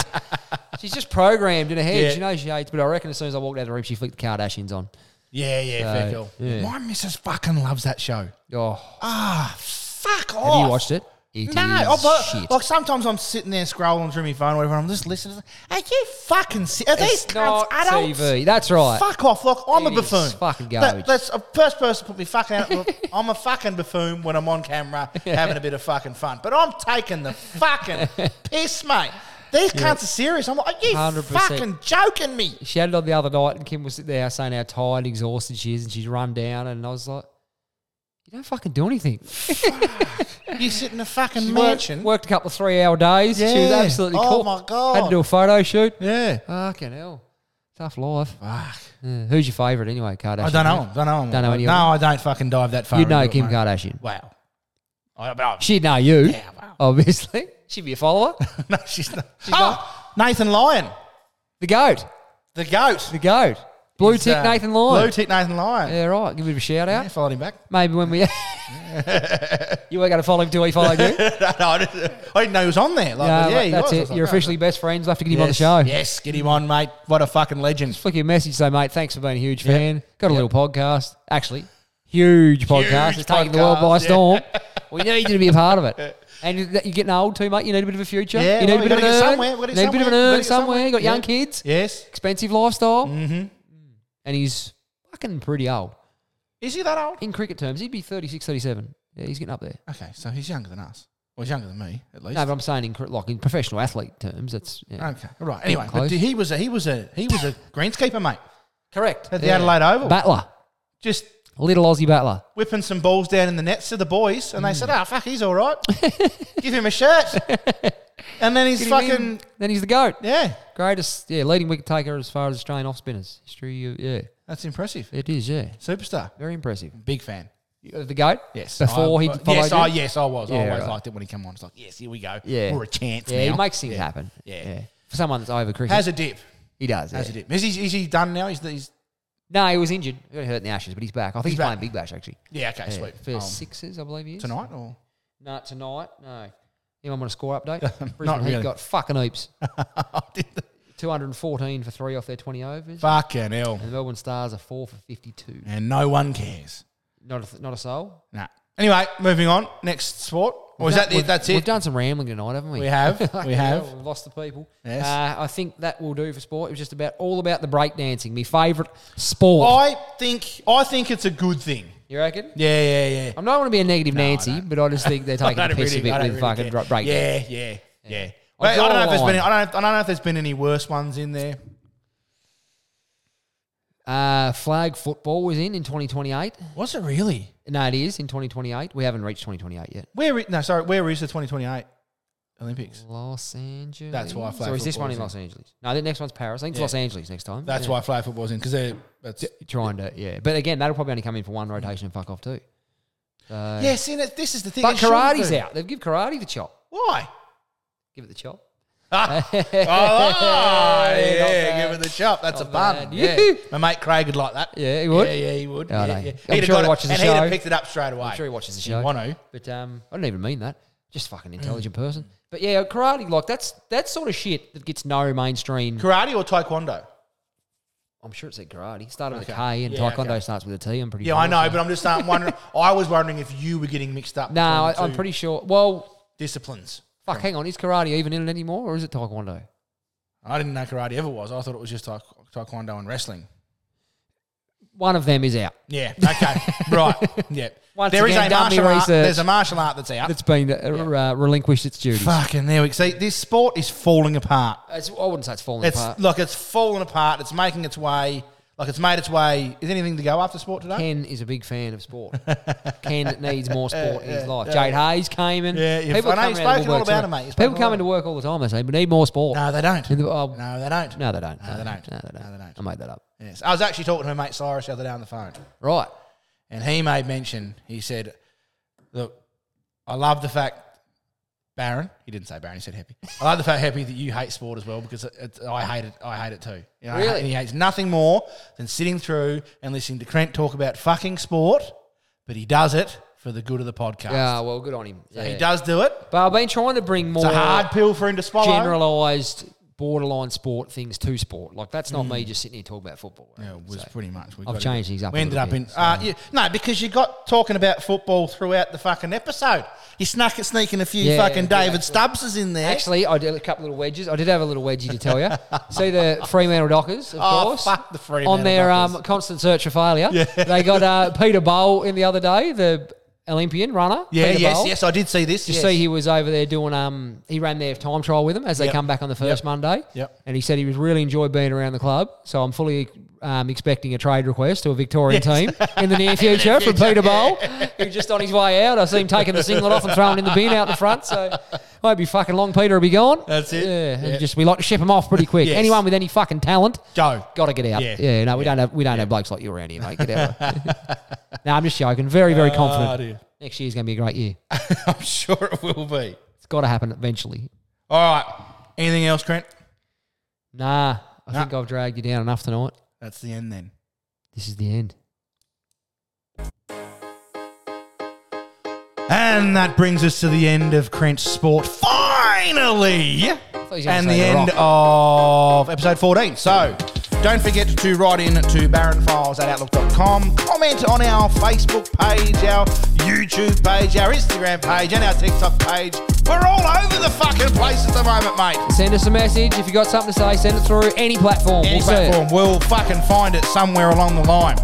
Speaker 2: She's just programmed in her head.
Speaker 1: Yeah.
Speaker 2: She knows she hates, but I reckon as soon as I walked out of the room, she flicked the Kardashians on.
Speaker 1: Yeah, yeah,
Speaker 2: So,
Speaker 1: fair call.
Speaker 2: yeah.
Speaker 1: My missus fucking loves that show.
Speaker 2: Oh,
Speaker 1: Ah, fuck off.
Speaker 2: have you watched it? It
Speaker 1: No,
Speaker 2: is
Speaker 1: oh, but,
Speaker 2: shit.
Speaker 1: like sometimes I'm sitting there scrolling through my phone or whatever. I'm just listening. Are you fucking? Si- are these
Speaker 2: It's
Speaker 1: cunts
Speaker 2: not
Speaker 1: adults?
Speaker 2: TV. That's right.
Speaker 1: Fuck off, look, I'm
Speaker 2: It
Speaker 1: a
Speaker 2: is
Speaker 1: buffoon.
Speaker 2: fucking garbage.
Speaker 1: That, that's a first person put me fucking out.
Speaker 2: (laughs)
Speaker 1: Look, I'm a fucking buffoon when I'm on camera having a bit of fucking fun. But I'm taking the
Speaker 2: (laughs)
Speaker 1: fucking piss, mate. These cunts are serious. I'm like, are you
Speaker 2: 100%.
Speaker 1: fucking joking me?
Speaker 2: She had it on the other night, and Kim was sitting there saying how tired and exhausted she is, and she's run down. And I was like, You don't fucking do anything.
Speaker 1: You sit in a fucking
Speaker 2: She worked,
Speaker 1: mansion.
Speaker 2: worked a couple of three hour days. She was
Speaker 1: Yeah.
Speaker 2: absolutely
Speaker 1: Oh
Speaker 2: cool.
Speaker 1: my God.
Speaker 2: Had to do a photo shoot.
Speaker 1: Yeah.
Speaker 2: Fucking hell. Tough life.
Speaker 1: Fuck.
Speaker 2: Yeah. Who's your favourite anyway, Kardashian?
Speaker 1: I don't know him. Don't know him.
Speaker 2: Don't know any of
Speaker 1: No,
Speaker 2: them.
Speaker 1: I don't fucking dive that far.
Speaker 2: You'd know
Speaker 1: into it,
Speaker 2: Kim
Speaker 1: mate.
Speaker 2: Kardashian.
Speaker 1: Wow. I, but I-
Speaker 2: She'd know you,
Speaker 1: Yeah, well.
Speaker 2: obviously. She'd be a follower.
Speaker 1: (laughs) no, she's not. oh, Nathan Lyon,
Speaker 2: the GOAT.
Speaker 1: the goat.
Speaker 2: The GOAT. Blue tick
Speaker 1: Uh,
Speaker 2: Nathan Lyon.
Speaker 1: Blue tick Nathan Lyon.
Speaker 2: Yeah, right. Give him a shout out.
Speaker 1: Yeah, followed him back.
Speaker 2: Maybe
Speaker 1: (laughs)
Speaker 2: when we. you weren't going to follow him till he followed you.
Speaker 1: (laughs) no, no, I, didn't, I didn't know he was on there. Like,
Speaker 2: No,
Speaker 1: but Uh, yeah, he was.
Speaker 2: that's
Speaker 1: I
Speaker 2: it.
Speaker 1: was like,
Speaker 2: You're
Speaker 1: oh,
Speaker 2: officially best friends. We'll have to get him
Speaker 1: yes,
Speaker 2: on the show.
Speaker 1: Yes, get him on, mate. What a fucking legend.
Speaker 2: Flick you a message, say, mate, thanks for being a huge fan. Got a little podcast. Actually, huge podcast.
Speaker 1: Huge
Speaker 2: it's taking the world by
Speaker 1: podcast, yeah. (laughs)
Speaker 2: storm. we need you to be a part of it. And you- that- you're getting old too, mate. You need a bit of a future.
Speaker 1: Yeah,
Speaker 2: you need
Speaker 1: well,
Speaker 2: a bit of
Speaker 1: we
Speaker 2: an
Speaker 1: gotta
Speaker 2: earn.
Speaker 1: get somewhere, we gotta
Speaker 2: need
Speaker 1: get
Speaker 2: a bit of an
Speaker 1: somewhere, we
Speaker 2: earn
Speaker 1: gotta get somewhere.
Speaker 2: somewhere. You got young
Speaker 1: Yeah.
Speaker 2: kids,
Speaker 1: Yes.
Speaker 2: expensive lifestyle. Mm-hmm. And he's fucking pretty old.
Speaker 1: Is he that old?
Speaker 2: In cricket terms, he'd be 36, 37. Yeah, he's getting up there.
Speaker 1: Okay, so he's younger than us. Well, he's younger than me, at least.
Speaker 2: No, but I'm saying in, cr- like, in professional athlete terms, that's yeah.
Speaker 1: okay, all right. Anyway,
Speaker 2: close.
Speaker 1: but he
Speaker 2: (laughs)
Speaker 1: was a he was a he was a greenskeeper, mate,
Speaker 2: correct.
Speaker 1: at the
Speaker 2: Yeah.
Speaker 1: Adelaide Oval.
Speaker 2: Battler.
Speaker 1: Just
Speaker 2: Little Aussie battler.
Speaker 1: whipping some balls down in the nets to the boys, and they
Speaker 2: Mm.
Speaker 1: said, "Ah, fuck, he's all right. Give him a
Speaker 2: (laughs)
Speaker 1: shirt." And then he's
Speaker 2: Get him in.
Speaker 1: fucking
Speaker 2: Then he's the goat.
Speaker 1: yeah.
Speaker 2: Greatest, yeah, leading wicket taker as far as Australian off spinners history. uh, Yeah,
Speaker 1: That's impressive.
Speaker 2: it is. Yeah,
Speaker 1: Superstar.
Speaker 2: very impressive.
Speaker 1: Big fan.
Speaker 2: You- uh, The goat.
Speaker 1: Yes.
Speaker 2: Before
Speaker 1: I-
Speaker 2: he
Speaker 1: uh,
Speaker 2: followed
Speaker 1: Yes,
Speaker 2: you?
Speaker 1: I, yes, I was.
Speaker 2: Yeah,
Speaker 1: I always
Speaker 2: right.
Speaker 1: liked it when he came on. It's like, yes, here we go.
Speaker 2: Yeah.
Speaker 1: We're a chance
Speaker 2: Yeah,
Speaker 1: now.
Speaker 2: he makes things
Speaker 1: Yeah.
Speaker 2: happen.
Speaker 1: Yeah.
Speaker 2: For someone that's over cricket,
Speaker 1: Has a dip.
Speaker 2: he does.
Speaker 1: Has
Speaker 2: yeah.
Speaker 1: a dip. Is he, is he done now? He's, he's
Speaker 2: No, he was injured. He got hurt in the Ashes, but he's back. I think he's,
Speaker 1: He's
Speaker 2: playing
Speaker 1: back.
Speaker 2: Big Bash actually.
Speaker 1: yeah. Okay.
Speaker 2: Yeah,
Speaker 1: Sweet.
Speaker 2: for
Speaker 1: Um,
Speaker 2: sixes, I believe he is.
Speaker 1: tonight or (laughs)
Speaker 2: No, tonight. No. Anyone want a score (laughs) update? Brisbane
Speaker 1: Not
Speaker 2: Heat
Speaker 1: really.
Speaker 2: got fucking heaps.
Speaker 1: I did the-
Speaker 2: 214 for three off their 20 overs.
Speaker 1: fucking hell.
Speaker 2: And the Melbourne Stars are four for 52.
Speaker 1: And no one cares.
Speaker 2: Not a, th- not a soul.
Speaker 1: Nah. Anyway, moving on. Next sport. Or is that
Speaker 2: We've-
Speaker 1: it? That's
Speaker 2: We've
Speaker 1: it.
Speaker 2: done some rambling tonight, haven't we?
Speaker 1: We
Speaker 2: (laughs)
Speaker 1: have.
Speaker 2: Fucking
Speaker 1: We have.
Speaker 2: hell, We've lost the people.
Speaker 1: Yes.
Speaker 2: Uh, I think that will do for sport. It was just about all about the breakdancing, my favourite sport.
Speaker 1: I think I think it's a good thing.
Speaker 2: You reckon?
Speaker 1: Yeah, yeah, yeah.
Speaker 2: I'm not want to be a negative Nancy, but I just
Speaker 1: (laughs)
Speaker 2: think they're taking
Speaker 1: I
Speaker 2: a
Speaker 1: don't
Speaker 2: piss
Speaker 1: really-
Speaker 2: a
Speaker 1: I
Speaker 2: bit
Speaker 1: don't
Speaker 2: with
Speaker 1: really care.
Speaker 2: fucking dro- breakdancing.
Speaker 1: Yeah, yeah, yeah.
Speaker 2: I
Speaker 1: But I,
Speaker 2: draw
Speaker 1: don't know
Speaker 2: a
Speaker 1: if there's been
Speaker 2: line.
Speaker 1: I don't I don't know if there's been any worse ones in there.
Speaker 2: Uh, flag football was in in 2028.
Speaker 1: Was it really?
Speaker 2: No, it is in 2028. We haven't reached 2028 yet.
Speaker 1: Where i- no, sorry, where is the 2028 Olympics?
Speaker 2: Los Angeles.
Speaker 1: That's why flag
Speaker 2: So is this
Speaker 1: football
Speaker 2: one
Speaker 1: is
Speaker 2: in
Speaker 1: in.
Speaker 2: Los Angeles? No, the next one's Paris. I think it's
Speaker 1: Yeah.
Speaker 2: Los Angeles next time.
Speaker 1: That's why flag football's in because they're that's
Speaker 2: why. Trying to, yeah. But again, that'll probably only come in for one rotation and fuck off too. So-
Speaker 1: yeah. See, that- this is the thing.
Speaker 2: But
Speaker 1: it shouldn't
Speaker 2: karate's
Speaker 1: be.
Speaker 2: out. They've give karate the chop. (laughs)
Speaker 1: Why?
Speaker 2: Give it the chop.
Speaker 1: Ah. oh, ah,
Speaker 2: Not
Speaker 1: yeah,
Speaker 2: bad.
Speaker 1: give it the chop. That's
Speaker 2: Not
Speaker 1: a bun.
Speaker 2: bad.
Speaker 1: Yeah.
Speaker 2: Yeah.
Speaker 1: my mate Craig would like that.
Speaker 2: Yeah, he would.
Speaker 1: Yeah, yeah, he would.
Speaker 2: Oh,
Speaker 1: yeah, yeah.
Speaker 2: no. I'm
Speaker 1: He'd have
Speaker 2: sure he
Speaker 1: got it,
Speaker 2: watches the
Speaker 1: and he'd
Speaker 2: show.
Speaker 1: have picked it up straight away.
Speaker 2: I'm sure he watches the
Speaker 1: You Mm.
Speaker 2: show.
Speaker 1: want to?
Speaker 2: But um, I don't even mean that. Just fucking intelligent person. But yeah, karate, like that's that sort of shit that gets no mainstream.
Speaker 1: Karate or taekwondo?
Speaker 2: I'm sure it said karate. Started with a
Speaker 1: Okay.
Speaker 2: K and
Speaker 1: Yeah,
Speaker 2: taekwondo
Speaker 1: okay.
Speaker 2: starts with a T. I'm pretty
Speaker 1: Yeah,
Speaker 2: sure.
Speaker 1: I know, but I'm just um,
Speaker 2: (laughs)
Speaker 1: wondering. I was wondering if you were getting mixed up.
Speaker 2: no, I,
Speaker 1: between the
Speaker 2: I'm
Speaker 1: two
Speaker 2: pretty sure. Well,
Speaker 1: disciplines.
Speaker 2: fuck, hang on. Is karate even in it anymore, or is it taekwondo?
Speaker 1: I didn't know karate ever was. I thought it was just taek- taekwondo and wrestling.
Speaker 2: One of them is out.
Speaker 1: Yeah. (laughs) Okay. right. Yeah.
Speaker 2: Once
Speaker 1: there is
Speaker 2: again,
Speaker 1: a
Speaker 2: done me
Speaker 1: martial art.
Speaker 2: research.
Speaker 1: There's a martial art that's out.
Speaker 2: It's been uh, uh, relinquished its duties.
Speaker 1: Fucking there we see. This sport is falling apart.
Speaker 2: It's, I wouldn't say it's falling
Speaker 1: It's
Speaker 2: apart.
Speaker 1: like it's falling apart. It's making its way. Like it's made its way. Is anything to go after sport today?
Speaker 2: Ken is a big fan of sport.
Speaker 1: (laughs)
Speaker 2: Ken needs more sport in his life. Jade Hayes came in.
Speaker 1: Yeah, yeah,
Speaker 2: people
Speaker 1: I know,
Speaker 2: come
Speaker 1: he's
Speaker 2: around the
Speaker 1: spoken all
Speaker 2: woodworks,
Speaker 1: about
Speaker 2: don't
Speaker 1: it,
Speaker 2: they?
Speaker 1: mate. He's
Speaker 2: People
Speaker 1: spoken
Speaker 2: come
Speaker 1: all
Speaker 2: into work all the time. They say we need more sport.
Speaker 1: No, they don't.
Speaker 2: In the- oh,
Speaker 1: no, they don't.
Speaker 2: No, they don't. No,
Speaker 1: they don't.
Speaker 2: No, they don't.
Speaker 1: No, they don't.
Speaker 2: I made that up.
Speaker 1: Yes. I was actually talking to my mate Cyrus the other day on the phone.
Speaker 2: Right.
Speaker 1: And he made mention, he said, Look, I love the fact, Baron, he didn't say Baron, he said Happy. I love the fact, Happy, that you hate sport as well because it, it, I hate it. I hate it too. You know, I hate-
Speaker 2: Really?
Speaker 1: and he hates nothing more than sitting through and listening to Krent talk about fucking sport, but he does it for the good of the podcast.
Speaker 2: Yeah, well, good on him.
Speaker 1: So
Speaker 2: Yeah.
Speaker 1: He does do it.
Speaker 2: But I've been trying to bring more
Speaker 1: It's a hard pill for him to swallow.
Speaker 2: generalised borderline sport things to sport. Like, that's not me just sitting here talking about football.
Speaker 1: Hmm. Yeah, it was
Speaker 2: So,
Speaker 1: pretty much. We
Speaker 2: I've
Speaker 1: got it.
Speaker 2: changed things up
Speaker 1: We
Speaker 2: a
Speaker 1: ended
Speaker 2: little
Speaker 1: up
Speaker 2: bit,
Speaker 1: in uh, yeah, no, because you got talking about football throughout the fucking episode. You snuck sneaking a few
Speaker 2: Yeah,
Speaker 1: fucking
Speaker 2: yeah,
Speaker 1: David Stubbses in there.
Speaker 2: Actually, I did a couple little wedges. I did have a little wedgie to tell you. See the Fremantle Dockers, of
Speaker 1: Oh,
Speaker 2: course.
Speaker 1: fuck the Fremantle
Speaker 2: on their um,
Speaker 1: Dockers.
Speaker 2: constant search for failure. They got uh, Peter Bowl in the other day, the Olympian runner.
Speaker 1: yeah,
Speaker 2: Peter
Speaker 1: yes,
Speaker 2: Bowl.
Speaker 1: yes, I did see this.
Speaker 2: You
Speaker 1: yes.
Speaker 2: see, he was over there doing. Um, he ran their time trial with them as they
Speaker 1: Yep.
Speaker 2: come back on the first
Speaker 1: Yep.
Speaker 2: Monday.
Speaker 1: Yep.
Speaker 2: And he said he was really enjoyed being around the club. So I'm fully um, expecting a trade request to a Victorian team
Speaker 1: (laughs)
Speaker 2: in the near future, from Peter Bowl, who's just on his way out. I see him taking the singlet off and throwing it in the bin out the front. So won't be fucking long. Peter will be gone.
Speaker 1: That's it.
Speaker 2: Yeah. and
Speaker 1: Yeah.
Speaker 2: Just we like to ship him off pretty quick.
Speaker 1: Yes.
Speaker 2: Anyone with any fucking talent.
Speaker 1: Go.
Speaker 2: Got to get out. Yeah,
Speaker 1: Yeah.
Speaker 2: no, we don't have we don't have blokes like you around here, mate. Get out. (laughs) no, I'm just joking. Very, very
Speaker 1: Ah,
Speaker 2: confident.
Speaker 1: dear.
Speaker 2: Next year's going to be a great year.
Speaker 1: (laughs) I'm sure it will be.
Speaker 2: It's got to happen eventually.
Speaker 1: All right. Anything else, Trent?
Speaker 2: Nah, I
Speaker 1: Nah.
Speaker 2: think I've dragged you down enough tonight.
Speaker 1: That's the end then.
Speaker 2: This is the end.
Speaker 1: And that brings us to the end of Crent's Sport. Finally!
Speaker 2: you were gonna
Speaker 1: And the
Speaker 2: say The
Speaker 1: end of episode 14. So don't forget to write in to baronfiles at outlook.com, comment on our Facebook page, our YouTube page, our Instagram page, and our TikTok page. We're all over the fucking place at the moment, mate.
Speaker 2: Send us a message if you got something to say. Send it through any platform.
Speaker 1: Any
Speaker 2: we'll see
Speaker 1: platform, we'll fucking find it somewhere along the line.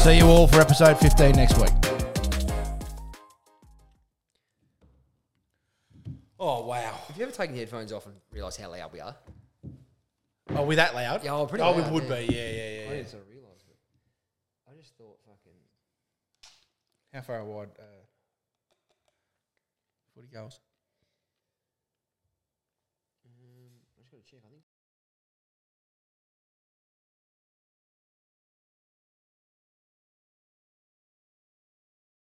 Speaker 1: See you all for episode 15 next week. Oh, wow.
Speaker 2: Have you ever taken your headphones off and realised how loud we are?
Speaker 1: Oh, we that loud?
Speaker 2: Yeah, we're pretty
Speaker 1: Oh,
Speaker 2: loud,
Speaker 1: we would
Speaker 2: yeah.
Speaker 1: be. Yeah, yeah, yeah. yeah.
Speaker 2: sort of realise it. I just thought fucking.
Speaker 1: How far wide? Uh, Forty goals.
Speaker 2: I just got to check. I think